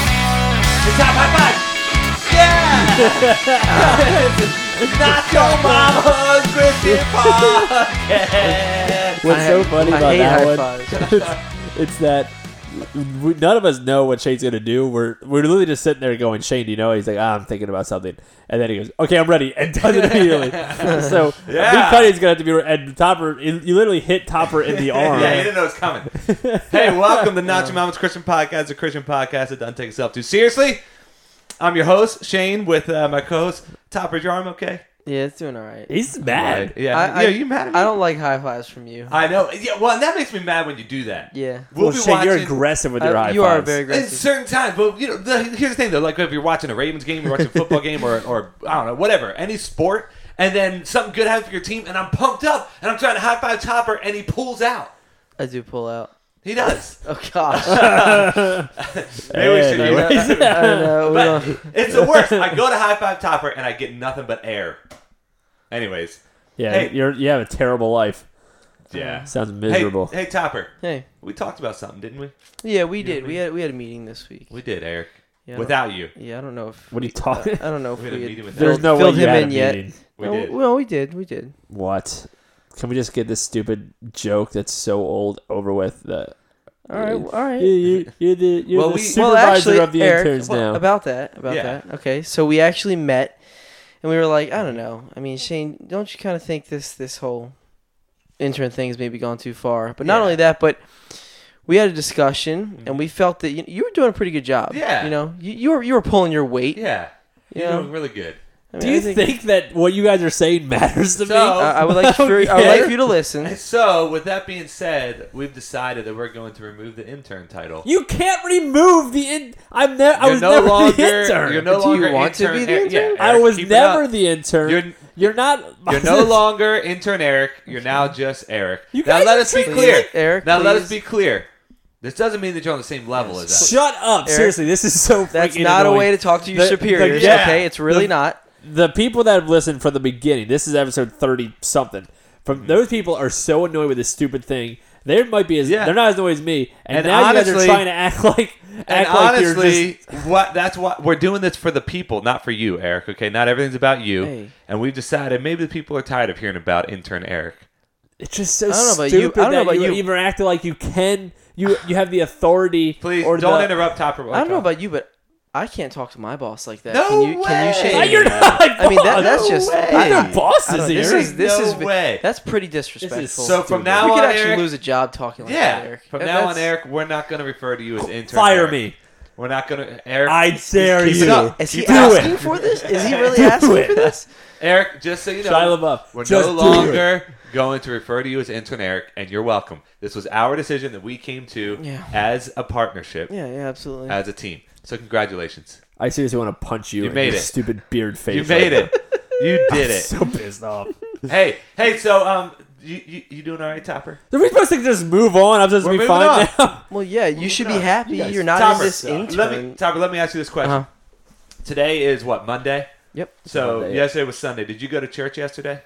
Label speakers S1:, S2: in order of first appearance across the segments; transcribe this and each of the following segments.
S1: it's not your mama's Griffin podcast.
S2: What's
S3: I-
S2: so funny
S3: I
S2: about
S3: hate
S2: that
S3: high
S2: one?
S3: fives.
S2: it's, it's that we, none of us know what Shane's gonna do. We're we're literally just sitting there going, Shane, do you know? He's like, ah, I'm thinking about something, and then he goes, Okay, I'm ready, and does it immediately. so
S1: Yeah.
S2: Big Cuddy's gonna have to be and Topper. You literally hit Topper in the arm.
S1: Yeah, you didn't know it's coming. hey, welcome to Not Your Mama's Christian Podcast, a Christian podcast that doesn't take itself too seriously. I'm your host, Shane, with uh, my co-host, Topper. Is your arm okay?
S3: Yeah, it's doing all right.
S2: He's mad.
S1: Yeah.
S3: I, I,
S1: yeah, you mad at me?
S3: I don't like high fives from you.
S1: I know. Yeah, well, and that makes me mad when you do that.
S3: yeah.
S1: We'll,
S2: well,
S1: be
S2: Shane, you're
S1: watching
S2: aggressive with
S3: I-
S2: your high
S3: Uh, you are
S2: fives.
S3: very
S1: in
S3: aggressive.
S1: certain times. But you know, the, here's the thing though: like if you're watching a Ravens game, you're watching a football game, or or I don't know, whatever, any sport, and then something good happens for your team, and I'm pumped up, and I'm trying to high five Topper, and he pulls out.
S3: I do pull out.
S1: He does.
S3: Oh gosh.
S1: Maybe we should
S2: Hey,
S1: do
S3: I,
S1: it.
S2: anyways.
S3: don't- I don't know. We
S1: But
S3: don't-
S1: it's the worst. I go to high five Topper, and I get nothing but air. Anyways,
S2: Yeah,
S1: Hey.
S2: you're you have a terrible life.
S1: yeah.
S2: Sounds
S1: Hey,
S2: miserable.
S1: hey Topper,
S3: Hey.
S1: we talked about something, didn't we?
S3: Yeah, we did. We had we had a meeting this week.
S1: We did, Eric.
S3: Yeah.
S1: Without you,
S3: Yeah, I don't know if.
S2: What are you
S3: we-
S2: talking-
S3: I don't know if
S1: We
S3: we.
S1: had a
S3: had
S1: meeting with
S2: There's
S3: filled-
S2: no
S3: filled
S2: way you
S3: him
S2: had
S3: in
S2: a
S3: yet.
S2: meeting.
S1: we
S3: no,
S1: did.
S3: Well, we did. We did.
S2: What? Can we just get this stupid joke that's so old over with? That
S3: All right. All right.
S2: you, you, you're the, you're
S1: Well,
S2: the
S1: we-
S2: supervisor of the
S3: Eric,
S2: interns
S3: well,
S2: now.
S3: About that, about
S1: Yeah.
S3: that. Okay, so we actually met, and we were like, I don't know. I mean, Shane, don't you kind of think this this whole intern thing's maybe gone too far? But not
S1: Yeah. Mm.
S3: only that, but we had a discussion, and we felt that you, you were doing a pretty good job.
S1: Yeah.
S3: you know, you, you were you were pulling your weight.
S1: yeah,
S3: you
S1: you're
S3: know?
S1: doing really good.
S3: I mean,
S2: Do you
S3: I
S2: think, that what you guys are saying matters to Uh,
S1: So-
S3: I- I would like for, I would like for you to listen.
S1: And so, with that being said, we've decided that we're going to remove the intern title.
S2: me? You can't remove the in. I'm ne- I
S1: You're
S2: was
S1: no
S2: never
S1: longer-
S2: the intern.
S1: You're no
S3: Do you
S1: longer
S3: want to
S1: intern
S3: be the
S1: Eric.
S3: intern?
S1: Yeah,
S2: I
S1: Eric,
S2: was
S1: keep it
S2: never
S1: up.
S2: the intern.
S1: You're-
S2: You're, not.
S1: You're no longer intern Eric. You're now just Eric.
S2: You
S1: now
S2: guys
S1: let
S2: are
S1: us be
S2: treating-
S1: clear.
S3: Eric,
S1: now let us be
S3: please.
S1: clear. This doesn't mean that you're on the same level as us.
S2: Shut up! Seriously, this is so.
S3: That's
S2: freaking
S3: not a
S2: annoying.
S3: way to talk to your
S2: The- the-
S3: superiors.
S1: yeah.
S3: Okay, it's really
S2: The-
S3: not.
S2: the people that have listened from the beginning, this is episode thirty something. From those people are so annoyed with this stupid thing. They might be as
S1: Yeah.
S2: they're not as annoyed as me, and,
S1: And
S2: now you guys
S1: honestly-
S2: are trying to act like act
S1: And
S2: like you're
S1: honestly,
S2: just.
S1: what that's what we're doing this for the people, not for you, Eric. Okay, not everything's about you.
S3: Hey.
S1: And we've decided maybe the people are tired of hearing about intern Eric.
S2: It's just so
S3: I don't know about you-
S2: stupid
S3: I don't know
S2: that
S3: about
S2: you,
S3: you.
S2: even acted like you can. You you have the authority.
S1: Please
S2: or
S1: don't
S2: the-
S1: interrupt Topper.
S3: I don't know about you, but I can't talk to my boss like that.
S1: No
S3: can you, Can
S1: way!
S3: you Shane?
S2: Oh, you're not.
S3: I mean, that,
S2: boss.
S3: that's
S1: No
S3: just.
S1: way.
S3: I don't-
S2: Your boss
S3: I don't-
S2: is
S3: this
S2: here.
S3: is this
S1: No
S3: is
S1: way.
S3: that's pretty disrespectful.
S1: So from
S2: Stupid.
S1: now
S3: you
S1: on,
S3: could actually
S1: Eric,
S3: lose a job talking like
S1: yeah.
S3: that, Eric.
S1: From
S3: That-
S1: now on,
S3: that's-
S1: Eric, we're not going to refer to you as intern.
S2: Fire
S1: Eric.
S2: me.
S1: We're not going to Eric.
S2: I dare
S1: keep it
S2: you.
S1: up.
S3: Is he
S2: You do
S3: asking
S2: it.
S3: for this? Is he really
S2: Do
S3: asking
S2: it.
S3: for this?
S1: Eric, just so you know,
S2: Shia LaBeouf,
S1: we're
S2: just
S1: no
S2: do
S1: longer going to refer to you as intern Eric, and you're welcome. This was our decision that we came to
S3: Yeah.
S1: as a partnership,
S3: Yeah, yeah, absolutely.
S1: as a team. So congratulations,
S2: I seriously want to punch you.
S1: You
S2: in
S1: made
S2: your
S1: it.
S2: Stupid beard face.
S1: you made
S2: right
S1: it. You did it.
S2: now. So pissed off.
S1: hey, hey. So um, you, you you doing all right, Topper?
S2: Are we supposed to just move on? I'm supposed
S1: We're
S2: to be
S1: moving
S2: fine
S1: on.
S2: now.
S3: well, yeah, you should be
S2: guys-
S3: happy.
S2: you guys-
S3: You're not in
S1: Topper,
S3: this intern.
S1: let me Topper. Let me ask you this question.
S3: Uh-huh.
S1: Today is what Monday.
S3: Yep.
S1: So
S2: Monday.
S1: yesterday was Sunday. Did you go to church yesterday?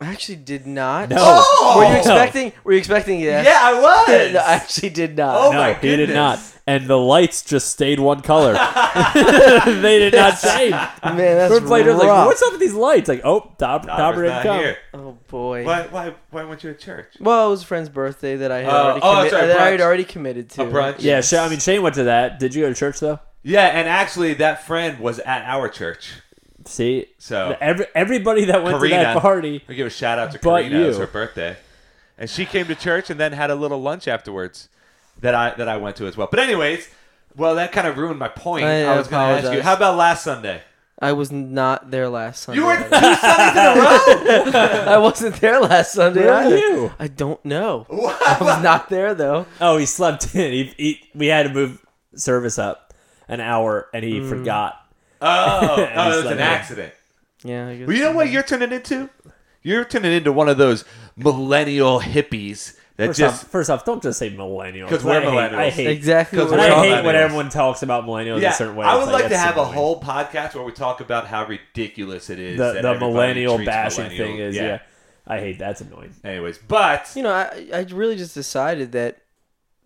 S3: I actually did not.
S2: No.
S1: Oh!
S3: Were you
S2: No.
S3: expecting? Were you expecting? Yeah.
S1: Yeah, I was.
S3: No, I actually did not.
S1: Oh,
S2: no,
S1: my
S2: he did
S1: goodness.
S2: not. And the lights just stayed one color. they did not change.
S1: Oh.
S3: Man, that's
S2: Gordon Blade was like,
S3: rough.
S2: "What's up with these lights?" Like, "Oh, Dob-
S1: Topper's
S2: Dauber didn't
S1: not
S2: come."
S1: here.
S3: Oh boy.
S1: Why why why weren't you at church?
S3: Well, it was a friend's birthday that I had
S1: Oh,
S3: already
S1: oh,
S3: commi-
S1: sorry,
S3: that I
S1: brunch.
S3: had already committed to.
S1: A brunch.
S2: Yeah, Sha- I mean, Shane went to that. Did you go to church though?
S1: Yeah, and actually, that friend was at our church.
S2: See,
S1: So
S2: every everybody that went to
S1: Karina.
S2: that party,
S1: we give a shout out to
S2: But
S1: Karina. It was
S2: you.
S1: her birthday, and she came to church and then had a little lunch afterwards that I that I went to as well. But anyways, well, that kind of ruined my point.
S3: I
S1: I, was going to ask you,
S3: apologize.
S1: how about last Sunday?
S3: I was not there last Sunday.
S1: You were two Sundays in a row.
S3: I wasn't there last Sunday.
S2: Where were
S3: either.
S2: you?
S3: I don't know.
S1: What?
S3: I was not there though.
S2: oh, he slept in. He, he we had to move service up an hour, and
S1: Mm.
S2: he forgot.
S1: Oh,
S2: And
S1: oh, it was
S2: Sunday.
S1: an accident.
S3: Yeah. I guess.
S1: Well, you know what you're turning into? You're turning into one of those millennial hippies that
S2: First,
S1: just
S2: off, first off, don't just say millennials.
S1: 'cause we're
S2: I hate, I
S1: millennials.
S2: hate
S3: exactly.
S1: 'Cause
S3: What
S2: And
S1: We're all
S2: I
S3: I
S2: hate when
S1: millennials.
S2: everyone talks about millennials in a certain way.
S1: I
S2: It's
S1: would like to
S2: that's
S1: have a
S2: annoying.
S1: whole podcast where we talk about how ridiculous it is.
S2: the,
S1: that
S2: the
S1: everybody
S2: millennial
S1: treats
S2: bashing
S1: millennials.
S2: thing is yeah. I hate that's annoying.
S1: Anyways, but
S3: You know, I I really just decided that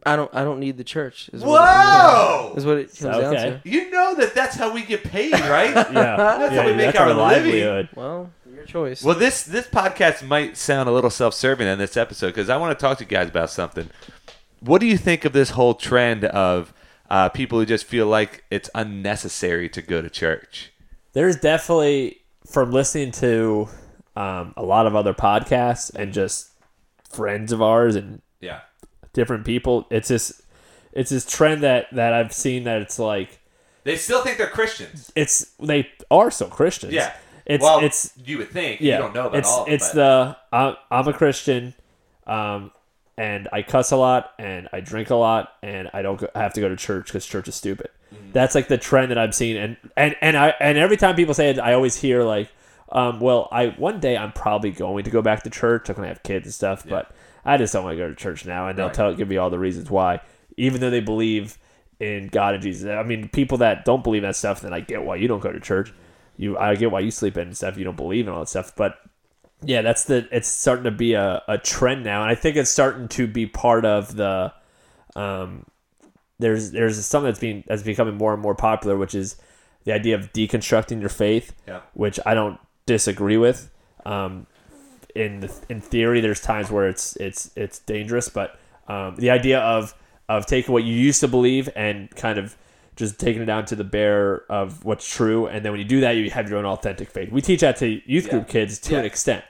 S3: I don't. I don't need the church. Is what it comes
S1: Whoa!
S3: down- is what it comes down
S2: Okay.
S3: to.
S1: You know that that's how we get paid, right?
S2: Yeah,
S1: That's how we
S2: yeah,
S1: make
S2: that's
S1: our
S2: our
S1: living.
S2: livelihood.
S3: Well, your choice.
S1: well, this this podcast might sound a little self-serving in this episode because I want to talk to you guys about something. What do you think of this whole trend of uh, people who just feel like it's unnecessary to go to church?
S2: There's definitely from listening to um, a lot of other podcasts and just friends of ours and
S1: Yeah.
S2: different people. It's this it's this trend that that I've seen that it's like
S1: They still think they're Christians.
S2: it's they are still Christians.
S1: Yeah.
S2: It's
S1: well,
S2: it's
S1: you would think
S2: yeah.
S1: you don't know about
S2: it's
S1: all. of it,
S2: it's
S1: but-
S2: the I'm, I'm a Christian, um, and I cuss a lot and I drink a lot and I don't go, I have to go to church because church is stupid. That's like the trend that I've seen and and and I and every time people say it, I always hear like, um, well, I one day I'm probably going to go back to church. I'm gonna have kids and stuff, but I just don't want to go to church now. And they'll
S1: Right.
S2: tell give me all the reasons why, even though they believe in God and Jesus. I mean, people that don't believe in that stuff, then I get why you don't go to church. You, I get why you sleep in and stuff. You don't believe in all that stuff, but yeah, that's the it's starting to be a, a trend now, and I think it's starting to be part of the um there's there's something that's being that's becoming more and more popular, which is the idea of deconstructing your faith,
S1: Yeah.
S2: which I don't disagree with. Um, in the, in theory, there's times where it's it's it's dangerous, but um, the idea of of taking what you used to believe and kind of just taking it down to the bare of what's true, and then when you do that, you have your own authentic faith. We teach that to youth
S1: Yeah.
S2: group kids to an
S1: Yeah. Mm-hmm.
S2: extent,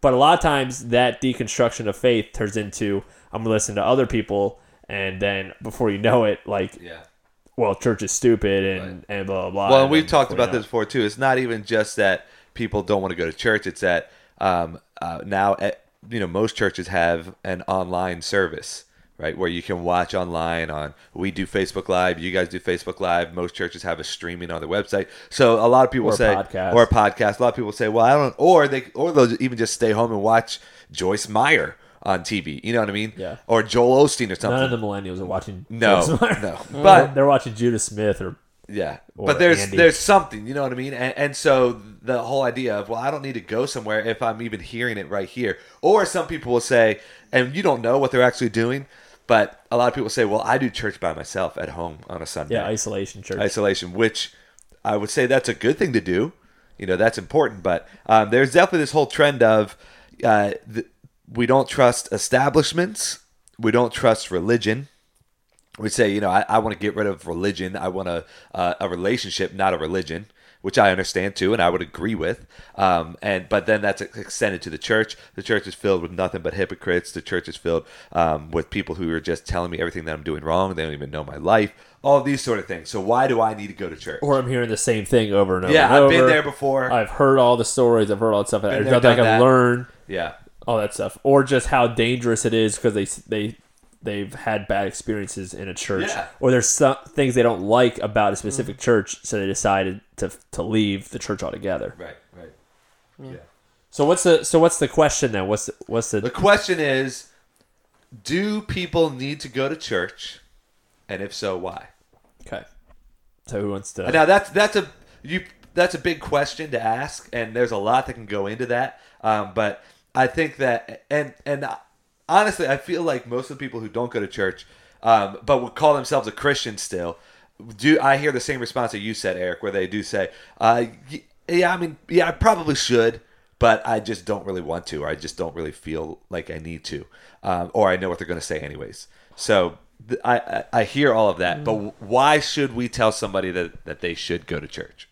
S2: but a lot of times that deconstruction of faith turns into I'm gonna listen to other people, and then before you know it, like
S1: yeah.
S2: well, church is stupid and, and blah, blah, blah.
S1: Well,
S2: and
S1: and we've
S2: then
S1: talked
S2: before you
S1: about
S2: know
S1: this before too. It's not even just that people don't want to go to church. It's that um, uh, now eh, you know most churches have an online service, right, where you can watch online. On we do Facebook Live, you guys do Facebook Live. Most churches have a streaming on their website. So a lot of people
S2: Or a
S1: say
S2: podcast.
S1: or a podcast. A lot of people say, well, I don't, or they or they'll even just stay home and watch Joyce Meyer on TV. You know what I mean?
S2: Yeah.
S1: Or Joel Osteen or
S2: None
S1: something.
S2: of the millennials are watching.
S1: No,
S2: Joyce Meyer.
S1: no.
S2: They're-
S1: But-
S2: they're watching Judas Smith or
S1: Yeah,
S2: Or
S1: but there's
S2: Andy.
S1: there's something, you know what I mean, and, and so the whole idea of well, I don't need to go somewhere if I'm even hearing it right here, or some people will say, and you don't know what they're actually doing, but a lot of people say, well, I do church by myself at home on a Sunday,
S2: yeah, isolation church.
S1: isolation, which I would say that's a good thing to do, you know, that's important, but um, there's definitely this whole trend of uh, th- we don't trust establishments, we don't trust religion we say, you know, I, I want to get rid of religion. I want a uh, a relationship, not a religion, which I understand too, and I would agree with. Um, and but then that's extended to the church. The church is filled with nothing but hypocrites. The church is filled um, with people who are just telling me everything that I'm doing wrong. They don't even know my life. All these sort of things. So why do I need to go to church?
S2: or I'm hearing the same thing over and over.
S1: Yeah,
S2: and
S1: I've been
S2: over.
S1: there before.
S2: I've heard all the stories. I've heard all that stuff. There's
S1: there,
S2: nothing
S1: done
S2: I can
S1: that.
S2: learn.
S1: yeah,
S2: All that stuff, or just how dangerous it is because they they they've had bad experiences in a church,
S1: Yeah.
S2: or there's some things they don't like about a specific church, so they decided to to leave the church altogether.
S1: right, right. yeah.
S2: So what's the so what's the question then? What's the, what's the
S1: The question is, do people need to go to church, and if so, why?
S2: Okay. So who wants to?
S1: And Now that's that's a you that's a big question to ask, and there's a lot that can go into that. Um, but I think that and and honestly, I feel like most of the people who don't go to church, um, but would call themselves a Christian still, do I hear the same response that you said, Eric, where they do say, uh, y- "Yeah, I mean, yeah, I probably should." But I just don't really want to, or I just don't really feel like I need to, um, or I know what they're going to say anyways. So th- I, I I hear all of that, but
S2: Mm.
S1: w- why should we tell somebody that, that they should go to church?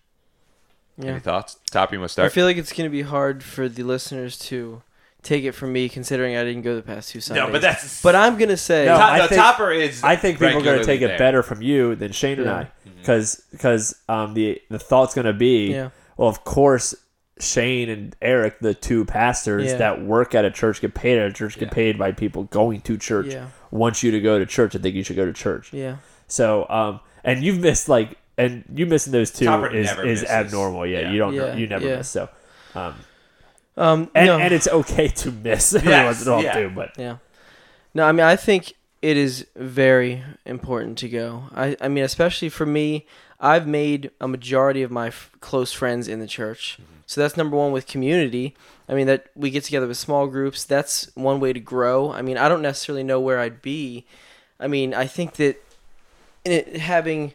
S3: yeah.
S1: Any thoughts? Top, you want to
S3: I
S1: start?
S3: feel like it's gonna be hard for the listeners to take it from me, considering I didn't go the past two Sundays.
S1: that's
S3: But I'm gonna say.
S2: No,
S1: Top-
S2: I
S1: no,
S2: think-
S1: Topper is.
S2: I think people are going
S1: regularly
S2: to take
S1: there. Mm-hmm.
S2: it better from you than Shane and
S3: Yeah.
S2: I, because um, the the thought's going to be,
S3: Yeah.
S2: well, of course, Shane and Eric, the two pastors
S3: Yeah.
S2: that work at a church, get paid at a church, get paid by people going to church.
S3: Yeah.
S2: Want you to go to church and think you should go to church.
S3: yeah.
S2: So, um, and you've missed like, and you missing those two
S1: Topper
S2: is,
S1: never
S2: is
S1: misses.
S2: abnormal. Yeah,
S1: Yeah.
S2: you don't,
S3: Yeah,
S2: you never
S3: yeah.
S2: miss. So, um,
S3: Um.
S2: and,
S3: no.
S2: and it's okay to miss every
S1: Yes,
S2: once in a while
S1: yeah.
S2: too, but
S3: Yeah. No, I mean I think it is very important to go. I I mean especially for me, I've made a majority of my f- close friends in the church. So that's number 1 with community. I mean that we get together with small groups. That's one way to grow. I mean, I don't necessarily know where I'd be I mean, I think that in it, having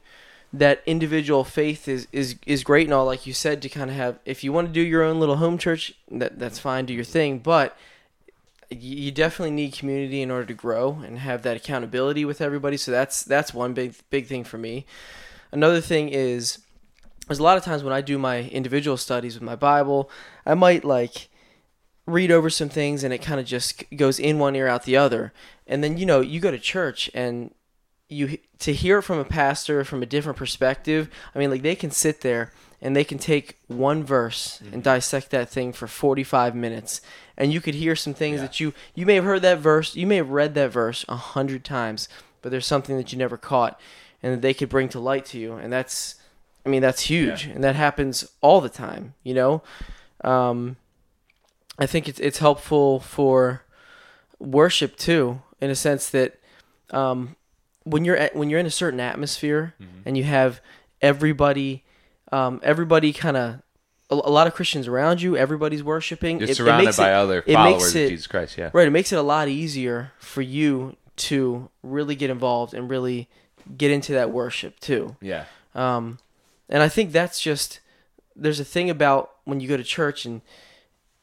S3: that individual faith is, is is great and all, like you said, to kind of have. If you want to do your own little home church, that that's fine, do your thing. But y- you definitely need community in order to grow and have that accountability with everybody. So that's that's one big big thing for me. Another thing is there's a lot of times when I do my individual studies with my Bible, I might like read over some things and it kind of just goes in one ear out the other. And then you know, you go to church and you to hear it from a pastor from a different perspective. I mean, like they can sit there and they can take one verse and dissect that thing for 45 minutes and you could hear some things that you you may have heard that verse you may have read that verse a hundred times but there's something that you never caught and that they could bring to light to you and that's i mean that's huge and that happens all the time you know um, i think it's, it's helpful for worship too in a sense that um, when you're at, when you're in a certain atmosphere
S1: Mm-hmm.
S3: and you have everybody um, everybody kind of a, a lot of Christians around you, everybody's worshiping.
S1: You're
S3: It- it
S1: surrounded
S3: makes
S1: by
S3: it-
S1: other
S3: it makes
S1: followers
S3: it-
S1: of Jesus Christ. Yeah.
S3: Right, it makes it a lot easier for you to really get involved and really get into that worship too.
S1: Yeah.
S3: Um, and I think that's just there's a thing about when you go to church and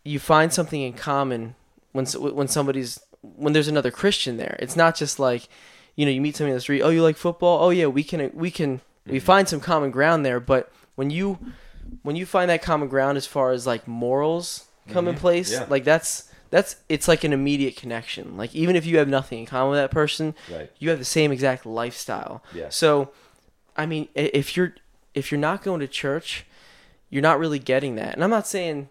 S3: you find something in common when s- when somebody's when there's another Christian there. It's not just like you know you meet somebody in the street. Oh, you like football? Oh yeah, we can we can we find some common ground there. But when you when you find that common ground as far as like morals come in place,
S1: Yeah.
S3: like that's that's it's like an immediate connection. Like even if you have nothing in common with that person,
S1: Right.
S3: you have the same exact lifestyle.
S1: Yeah.
S3: So, I mean, i- if you're if you're not going to church, you're not really getting that. And I'm not saying,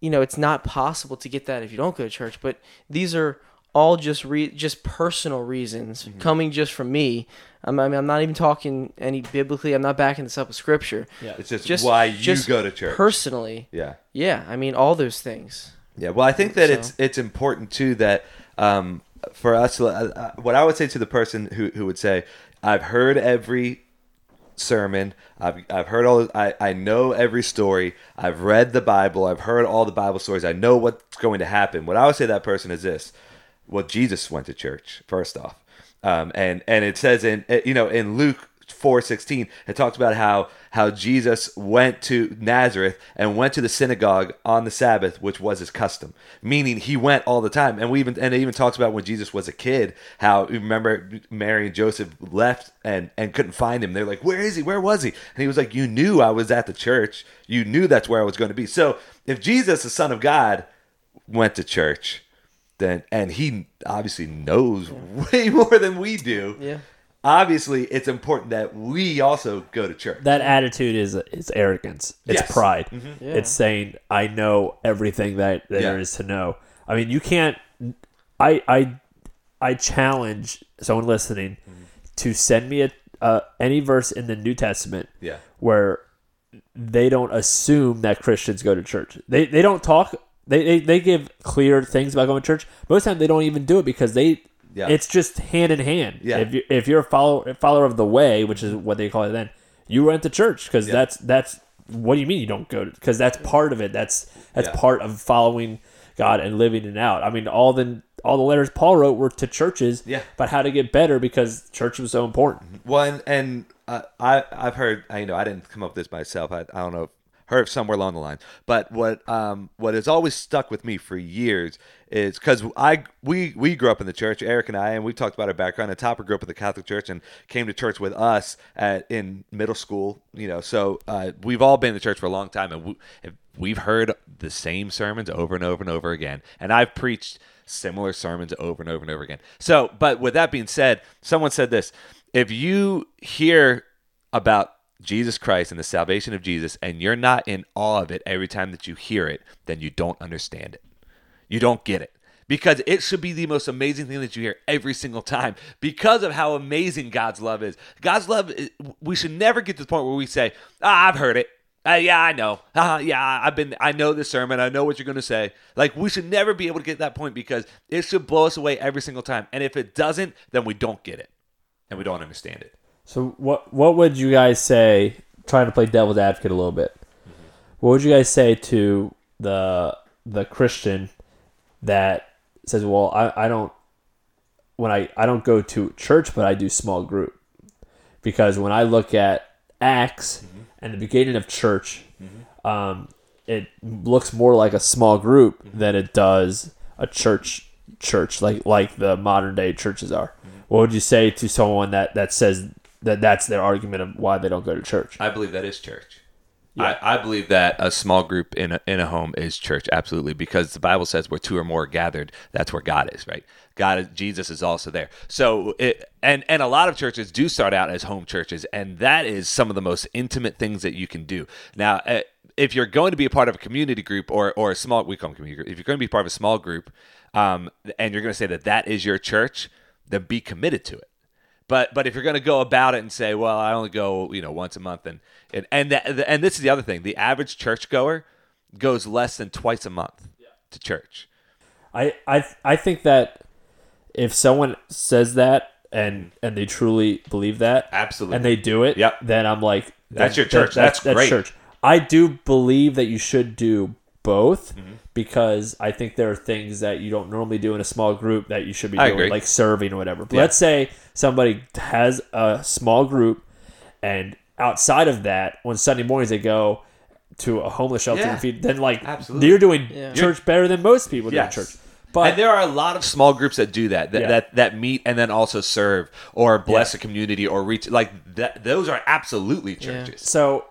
S3: you know, it's not possible to get that if you don't go to church. But these are all just re- just personal reasons
S1: Mm-hmm.
S3: coming just from me. I'm, I mean, I'm not even talking any biblically. I'm not backing this up with scripture.
S2: Yeah.
S1: It's just,
S3: Just
S1: why you
S3: just
S1: go to church.
S3: personally.
S1: yeah.
S3: Yeah, I mean, all those things.
S1: Yeah, well, I think that
S3: So-
S1: it's it's important too that um, for us, uh, uh, what I would say to the person who, who would say, "I've heard every sermon, I've I've heard all, I I know every story, I've read the Bible, I've heard all the Bible stories, I know what's going to happen." What I would say to that person is this: Well, Jesus went to church first off, um, and and it says in uh, you know in Luke four sixteen it talks about how how Jesus went to Nazareth and went to the synagogue on the Sabbath, which was his custom. Meaning he went all the time, and we even and it even talks about when Jesus was a kid, how you remember Mary and Joseph left and and couldn't find him. They're like, where is he? Where was he? And he was like, you knew I was at the church. You knew that's where I was going to be. So if Jesus, the Son of God, went to church, then and he obviously knows way more than we do.
S3: Yeah.
S1: Obviously, it's important that we also go to church.
S2: That attitude is is arrogance. It's
S1: Yes. Mm-hmm.
S2: pride.
S3: Yeah.
S2: It's saying I know everything that, that
S1: Yeah.
S2: there is to know. I mean, you can't. I I I challenge someone listening
S1: Mm-hmm.
S2: to send me a uh, any verse in the New Testament
S1: Yeah.
S2: where they don't assume that Christians go to church. They they don't talk. They they, they give clear things about going to church. Most of the time they don't even do it because they.
S1: Yeah.
S2: It's just hand in hand.
S1: Yeah.
S2: If you if you're a follower follower of the way, which is what they call it, then you went to church because that's that's what do you mean you don't go to because that's part of it. That's that's
S1: Yeah.
S2: part of following God and living it out. I mean, all the all the letters Paul wrote were to churches.
S1: Yeah.
S2: But how to get better because church was so important.
S1: One and uh, I I've heard I you know I didn't come up with this myself. I, I don't know. Heard somewhere along the line, but what um what has always stuck with me for years is because I we we grew up in the church, Eric and I, and we talked about our background. And Topper grew up in the Catholic Church and came to church with us at in middle school, you know. So uh, we've all been to church for a long time, and we, if we've heard the same sermons over and over and over again. And I've preached similar sermons over and over and over again. So, but with that being said, someone said this if you hear about Jesus Christ and the salvation of Jesus and you're not in awe of it every time that you hear it, then you don't understand it. You don't get it. Because it should be the most amazing thing that you hear every single time because of how amazing God's love is. God's love, is- we should never get to the point where we say, ah, I've heard it. Ah, yeah, I know. Ah, yeah, I've been. I know this sermon. I know what you're going to say. Like we should never be able to get to that point because it should blow us away every single time. And if it doesn't, then we don't get it, and we don't understand it.
S2: So what what would you guys say? Trying to play devil's advocate a little bit. What would you guys say to the the Christian that says, "Well, I, I don't when I I don't go to church, but I do small group because when I look at Acts and the beginning of church, um, it looks more like a small group than it does a church church like like the modern day churches are. What would you say to someone that that says that that's their argument of why they don't go to church?
S1: I believe that is church. I, I believe that a small group in a, in a home is church, absolutely, because the Bible says where two or more are gathered, that's where God is, right? God, is- Jesus is also there. So, it, and and a lot of churches do start out as home churches, and that is some of the most intimate things that you can do. Now, eh, if you're going to be a part of a community group or or a small, we call them community group. If you're going to be part of a small group, um, and you're going to say that that is your church, then be committed to it. But but if you're going to go about it and say, well, I only go you know once a month, and and and that, and this is the other thing, the average churchgoer goes less than twice a month to church.
S2: I I I think that if someone says that and and they truly believe that,
S1: Absolutely.
S2: and they do it,
S1: Yep.
S2: then I'm like,
S1: That's
S2: that-
S1: your church.
S2: that-
S1: That's great.
S2: church. I do believe that you should do both
S1: Mm-hmm.
S2: because I think there are things that you don't normally do in a small group that you should be
S1: I
S2: doing,
S1: agree.
S2: like serving or whatever. But Let's say somebody has a small group, and outside of that, on Sunday mornings they go. To a homeless shelter,
S1: Yeah.
S2: and feed, then like
S1: Absolutely.
S2: you're doing
S3: Yeah.
S2: church better than most people
S1: Yes.
S2: do in church. But
S1: and there are a lot of small groups that do that that,
S2: Yeah.
S1: that that meet and then also serve or bless a community or reach like that those are absolutely churches
S2: So,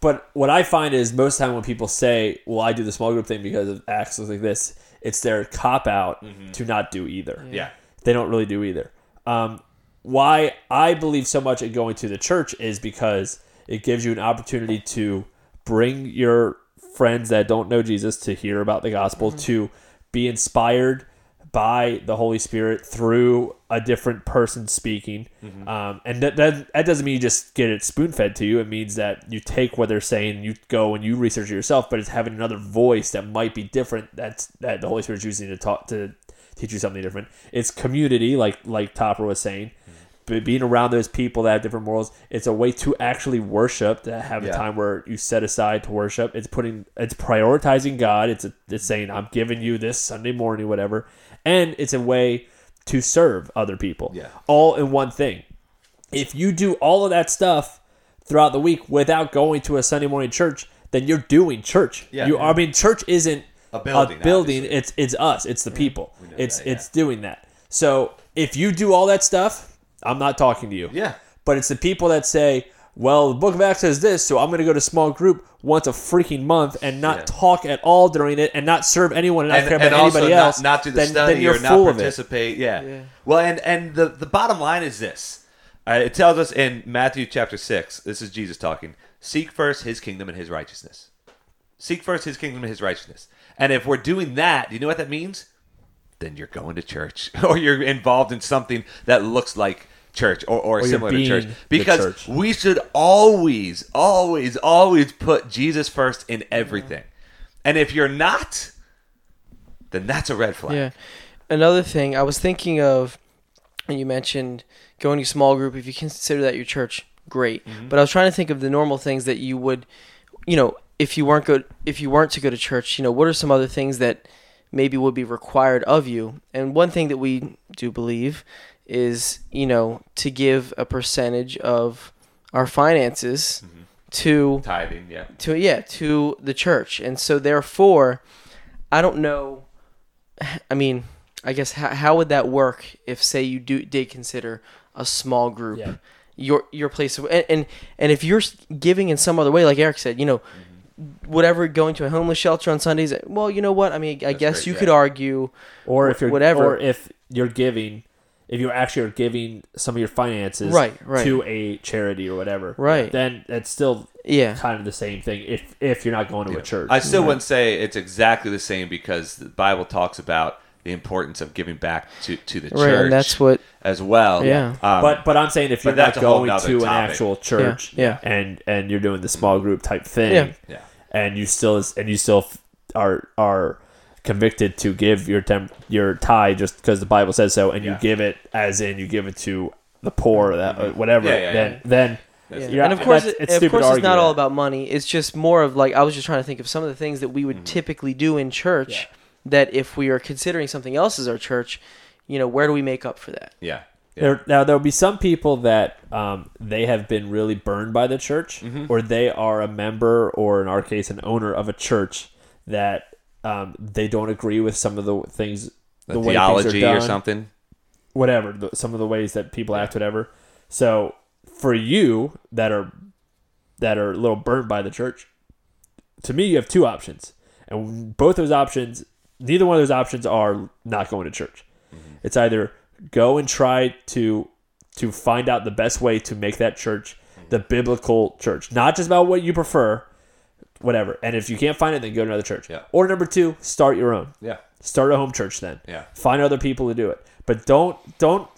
S2: but what I find is most of the time when people say, "Well, I do the small group thing because of acts like this," it's their cop out to not do either.
S1: Mm-hmm. yeah,
S2: They don't really do either. Um, why I believe so much in going to the church is because it gives you an opportunity to bring your friends that don't know Jesus to hear about the gospel, to be inspired by the Holy Spirit through a different person speaking. Um, and that, that, that doesn't mean you just get it spoon fed to you. It means that you take what they're saying, you go and you research it yourself, but it's having another voice that might be different that's, that the Holy Spirit's using to talk to teach you something different. It's community, like like Topper was saying, but being around those people that have different morals. It's a way to actually worship, to have
S1: Yeah.
S2: a time where you set aside to worship. It's putting, it's prioritizing God. It's a, it's saying, I'm giving you this Sunday morning, whatever, and it's a way to serve other people.
S1: Yeah.
S2: all in one thing. If you do all of that stuff throughout the week without going to a Sunday morning church, then you're doing church.
S1: Yeah.
S2: you I mean, church isn't
S1: A building,
S2: building.
S1: obviously.
S2: It's it's us. It's the people. It's
S1: that, yeah.
S2: it's doing that. So if you do all that stuff, I'm not talking to you.
S1: Yeah.
S2: But it's the people that say, "Well, the Book of Acts says this, so I'm going to go to small group once a freaking month and not
S1: Yeah.
S2: talk at all during it and not serve anyone and not
S1: and,
S2: care
S1: and
S2: about
S1: also
S2: anybody
S1: not,
S2: else."
S1: not do the
S2: then,
S1: study
S2: then you're
S1: or not
S2: full of it.
S1: participate. Yeah.
S3: Yeah.
S1: Well, and and the the bottom line is this: uh, it tells us in Matthew chapter six. This is Jesus talking. Seek first His kingdom and His righteousness. Seek first His kingdom and His righteousness. And if we're doing that, do you know what that means? Then you're going to church, or you're involved in something that looks like church or, or, similar to
S2: being
S1: church.
S2: the
S1: Because
S2: church.
S1: we should always, always, always put Jesus first in everything. And if you're not, then that's a red flag.
S3: Yeah. Another thing I was thinking of, and you mentioned going to a small group. If you consider that your church, great. But I was trying to think of the normal things that you would, you know, if you weren't go if you weren't to go to church, you know, what are some other things that maybe would be required of you? And one thing that we do believe is, you know, to give a percentage of our finances to
S1: Tithing, yeah.
S3: to yeah to the church and so therefore i don't know i mean i guess how, how would that work if say you do did consider a small group
S2: Yeah.
S3: your your place of, and, and and if you're s- giving in some other way like eric said you know
S1: Mm-hmm.
S3: whatever going to a homeless shelter on sundays well you know what i mean i guess
S1: great,
S3: you
S1: yeah.
S3: could argue
S2: or if you're
S3: whatever.
S2: or if you're giving if you actually are giving some of your finances
S3: Right, right.
S2: to a charity or whatever
S3: Right.
S2: then it's still
S3: yeah
S2: kind of the same thing if if you're not going to a church
S1: I still wouldn't say it's exactly the same because the Bible talks about the importance of giving back to, to the church
S3: right and that's what
S1: as well.
S3: Yeah.
S1: Um,
S2: but but I'm saying if you're
S1: but
S2: not
S1: that's a whole
S2: going
S1: nother
S2: to an
S1: topic.
S2: actual church
S3: yeah.
S2: and and you're doing the small group type thing
S3: Yeah.
S1: Yeah.
S2: and you still is and you still f- are are convicted to give your temp, your tithe just because the Bible says so and
S1: Yeah. Mm-hmm.
S2: you give it as in you give it to the poor or that or whatever
S1: Yeah, yeah, yeah.
S2: then then
S3: Yeah.
S2: you're-
S3: and of course,
S2: that's-
S3: it- of
S2: stupid
S3: course,
S2: to
S3: it's not
S2: argue
S3: all
S2: that.
S3: about money. It's just more of like I was just trying to think of some of the
S2: Mm-hmm.
S3: things that we would typically do in church. That if we are considering something else as our church, you know, where do we make up for that?
S1: Yeah. Yeah.
S2: There, now there will be some people that um, they have been really burned by the church,
S1: Mm-hmm.
S2: or they are a member, or in our case, an owner of a church that um, they don't agree with some of the things, the, way
S1: theology
S2: things are
S1: or
S2: done,
S1: something.
S2: whatever. The, some of the ways that people act, whatever. So for you that are that are a little burned by the church, to me, you have two options, and both those options, neither one of those options are not going to church. It's either go and try to to find out the best way to make that church the biblical church, not just about what you prefer, whatever. And if you can't find it, then go to another church.
S1: Yeah.
S2: Or number two, start your own.
S1: Yeah.
S2: Start a home church then.
S1: Yeah.
S2: Find other people to do it, but don't don't.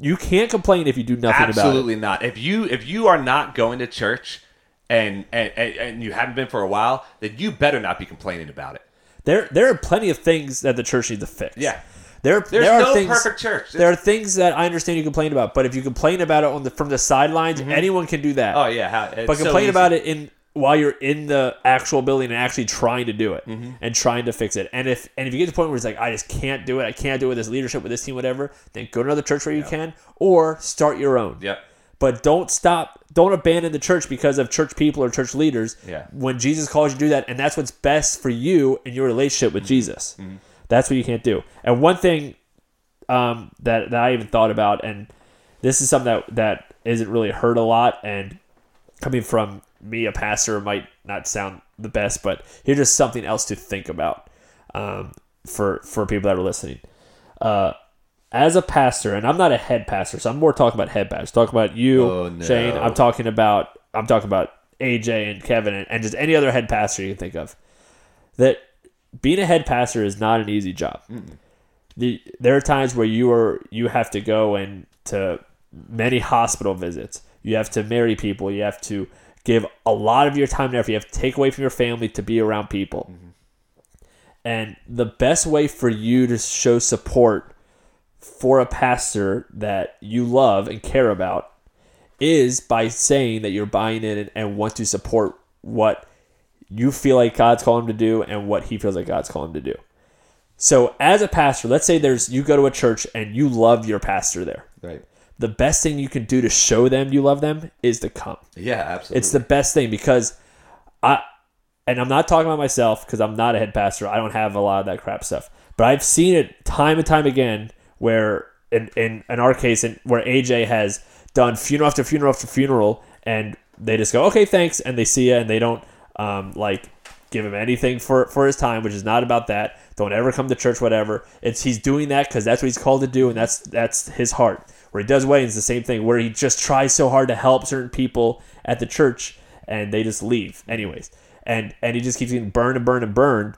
S2: You can't complain if you do nothing about it.
S1: Absolutely not. If you if you are not going to church and and, and and you haven't been for a while, then you better not be complaining about it.
S2: There there are plenty of things that the church needs to fix.
S1: Yeah.
S2: There,
S1: There's
S2: there are
S1: no
S2: things,
S1: perfect church.
S2: There are things that I understand you complain about, but if you complain about it on the from the sidelines, anyone can do that.
S1: Mm-hmm. oh yeah, how, it's
S2: but
S1: so
S2: complain
S1: easy.
S2: about it in while you're in the actual building and actually trying to do it
S1: Mm-hmm.
S2: and trying to fix it. And if and if you get to the point where it's like I just can't do it, I can't do it with this leadership, with this team, whatever, then go to another church where you can or start your own.
S1: Yep.
S2: But don't stop. Don't abandon the church because of church people or church leaders.
S1: Yeah.
S2: When Jesus calls you to do that, and that's what's best for you and your relationship with Jesus. That's what you can't do. And one thing um, that that I even thought about, and this is something that that isn't really heard a lot, and coming from me, a pastor, might not sound the best, but here's just something else to think about um, for for people that are listening. Uh, as a pastor, and I'm not a head pastor, so I'm more talking about head pastors. Talking about you,
S1: Oh, no.
S2: Shane. I'm talking about I'm talking about AJ and Kevin and, and just any other head pastor you can think of. That being a head pastor is not an easy job the, there are times where you are you have to go and to many hospital visits. You have to marry people. You have to give a lot of your time and effort. You have to take away from your family to be around people. And the best way for you to show support for a pastor that you love and care about is by saying that you're buying in and, and want to support what you feel like God's calling him to do and what he feels like God's calling him to do. So as a pastor, let's say there's you go to a church and you love your pastor there.
S1: Right.
S2: The best thing you can do to show them you love them is to come.
S1: Yeah, absolutely.
S2: It's the best thing because I and I'm not talking about myself because I'm not a head pastor. I don't have a lot of that crap stuff. But I've seen it time and time again where in in, in our case in, where AJ has done funeral after funeral after funeral and they just go, Okay, thanks, and they see you and they don't um, like give him anything for for his time, which is not about that. Don't ever come to church, whatever. It's he's doing that because that's what he's called to do, and that's that's his heart. Where he does weddings, the same thing. Where he just tries so hard to help certain people at the church, and they just leave anyways. And and he just keeps getting burned and burned and burned,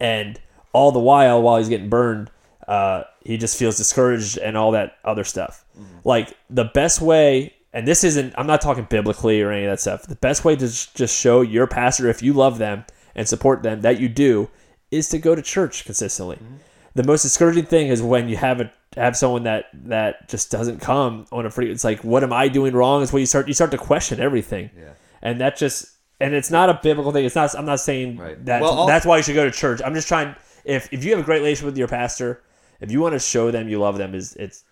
S2: and all the while while he's getting burned, uh, he just feels discouraged and all that other stuff.
S1: Mm-hmm.
S2: Like the best way, and this isn't I'm not talking biblically or any of that stuff. The best way to j- just show your pastor if you love them and support them that you do is to go to church consistently.
S1: Mm-hmm.
S2: The most discouraging thing is when you have a have someone that that just doesn't come on a free. It's like what am I doing wrong? It's when you start you start to question everything. Yeah. And that just and it's not a biblical thing. It's not. I'm not saying
S1: Right.
S2: that
S1: Well, I'll-
S2: that's why you should go to church. I'm just trying. If if you have a great relationship with your pastor, if you want to show them you love them, is it's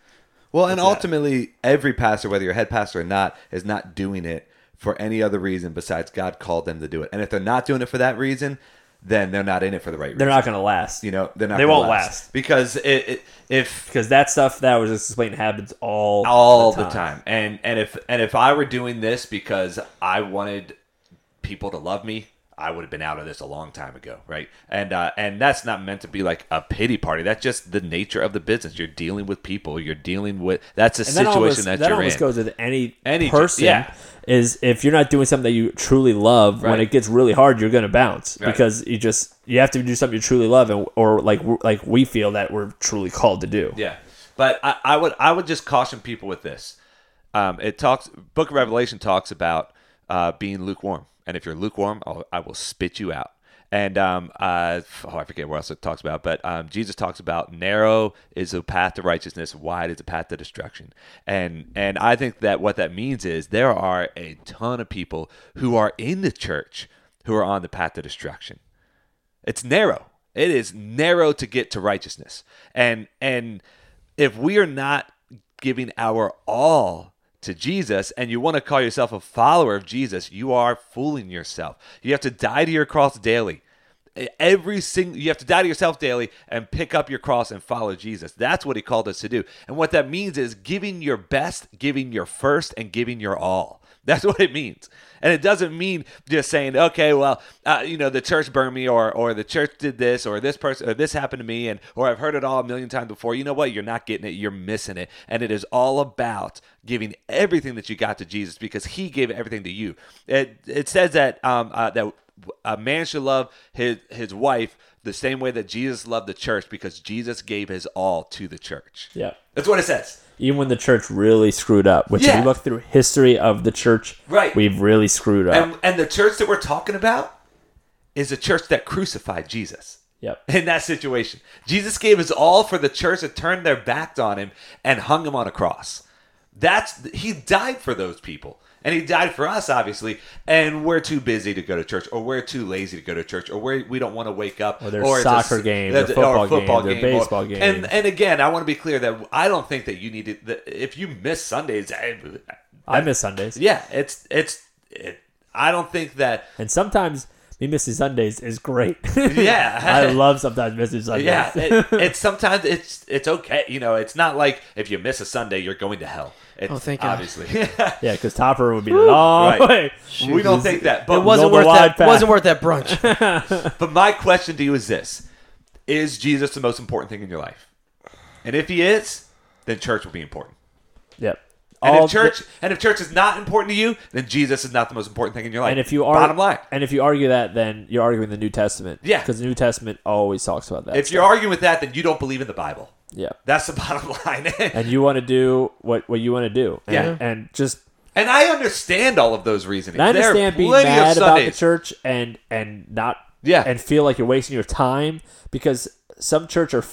S1: Well, and ultimately, every pastor, whether you're a head pastor or not, is not doing it for any other reason besides God called them to do it. And if they're not doing it for that reason, then they're not in it for the right
S2: they're
S1: reason.
S2: not going to last.
S1: you know, they're not.
S2: They
S1: gonna
S2: won't last.
S1: because it, it, if
S2: because that stuff that I was just explaining happens all
S1: all the time. and and if and if I were doing this because I wanted people to love me, I would have been out of this a long time ago, right? And uh, and that's not meant to be like a pity party. That's just the nature of the business. You're dealing with people. You're dealing with that's the
S2: And
S1: situation
S2: almost,
S1: that,
S2: that
S1: you're
S2: almost
S1: in.
S2: goes with any
S1: Any-
S2: person.
S1: yeah.
S2: Is if you're not doing something that you truly love, when
S1: Right.
S2: it gets really hard, you're going to bounce
S1: Right.
S2: because you just you have to do something you truly love, and or like we're- like we feel that we're truly called to do.
S1: Yeah, but I, I would I would just caution people with this. Um, it talks Book of Revelation talks about uh, being lukewarm, and if you're lukewarm, I'll, I will spit you out. And um, uh, oh, I forget what else it talks about, but um, Jesus talks about narrow is the path to righteousness, wide is the path to destruction, and and I think that what that means is there are a ton of people who are in the church who are on the path to destruction. It's narrow. It- It is narrow to get to righteousness. And and if we are not giving our all to Jesus and you want to call yourself a follower of Jesus, you are fooling yourself. You have to die to your cross daily. E, Every single you have to die to yourself daily and pick up your cross and follow Jesus. That's what he called us to do. And what that means is giving your best, giving your first, and giving your all. That's what it means. And it doesn't mean just saying, okay, well, uh, you know, the church burned me, or or the church did this, or this person, or this happened to me, and or I've heard it all a million times before. You know what? You're not getting it. You're missing it. And it is all about giving everything that you got to Jesus because He gave everything to you. It it says that um uh, that a man should love his his wife the same way that Jesus loved the church because Jesus gave His all to the church.
S2: Yeah.
S1: That's what it says.
S2: Even when the church really screwed up, which
S1: Yeah.
S2: if you look through history of the church,
S1: Right.
S2: we've really screwed up.
S1: And and the church that we're talking about is a church that crucified Jesus.
S2: yep.
S1: in that situation. Jesus gave his all for the church that turned their back on him and hung him on a cross. That's he died for those people. And he died for us, obviously. And we're too busy to go to church, or we're too lazy to go to church, or we're, we don't want to wake up. Or
S2: there's
S1: it's a
S2: soccer
S1: s-
S2: games,
S1: that's-
S2: or football games, or baseball games.
S1: And and again, I want to be clear that I don't think that you need to. That if you miss Sundays, I,
S2: I miss Sundays.
S1: yeah, it's it's. It, I don't think that
S2: And sometimes me missing Sundays is great.
S1: Yeah.
S2: I love sometimes missing Sundays.
S1: Yeah, it, it's sometimes it's it's okay. You know, it's not like if you miss a Sunday, you're going to hell. It's,
S3: Oh, thank God.
S1: Obviously,
S2: yeah, because Topper would be like, oh,
S1: Right.
S2: wait.
S1: we don't think that. But
S3: It wasn't
S2: the
S3: worth
S2: wide
S3: that.
S2: path.
S3: Wasn't worth that brunch.
S1: but my question to you is this: Is Jesus the most important thing in your life? And if he is, then church will be important.
S2: Yep.
S1: And
S2: All
S1: if church and if church is not important to you, then Jesus is not the most important thing in your life.
S2: and if you are
S1: bottom line,
S2: and if you argue that, then you're arguing the New Testament.
S1: Yeah.
S2: because the New Testament always talks about that.
S1: if you're arguing with that, then you don't believe in the Bible.
S2: yeah,
S1: That's the bottom line.
S2: and you want to do what what you want to do. And,
S1: Yeah.
S2: and just
S1: and I understand all of those reasonings.
S2: and I
S1: There are
S2: understand being
S1: plenty of
S2: mad about the
S1: Sundays-
S2: church and and not
S1: Yeah.
S2: and feel like you're wasting your time because some church are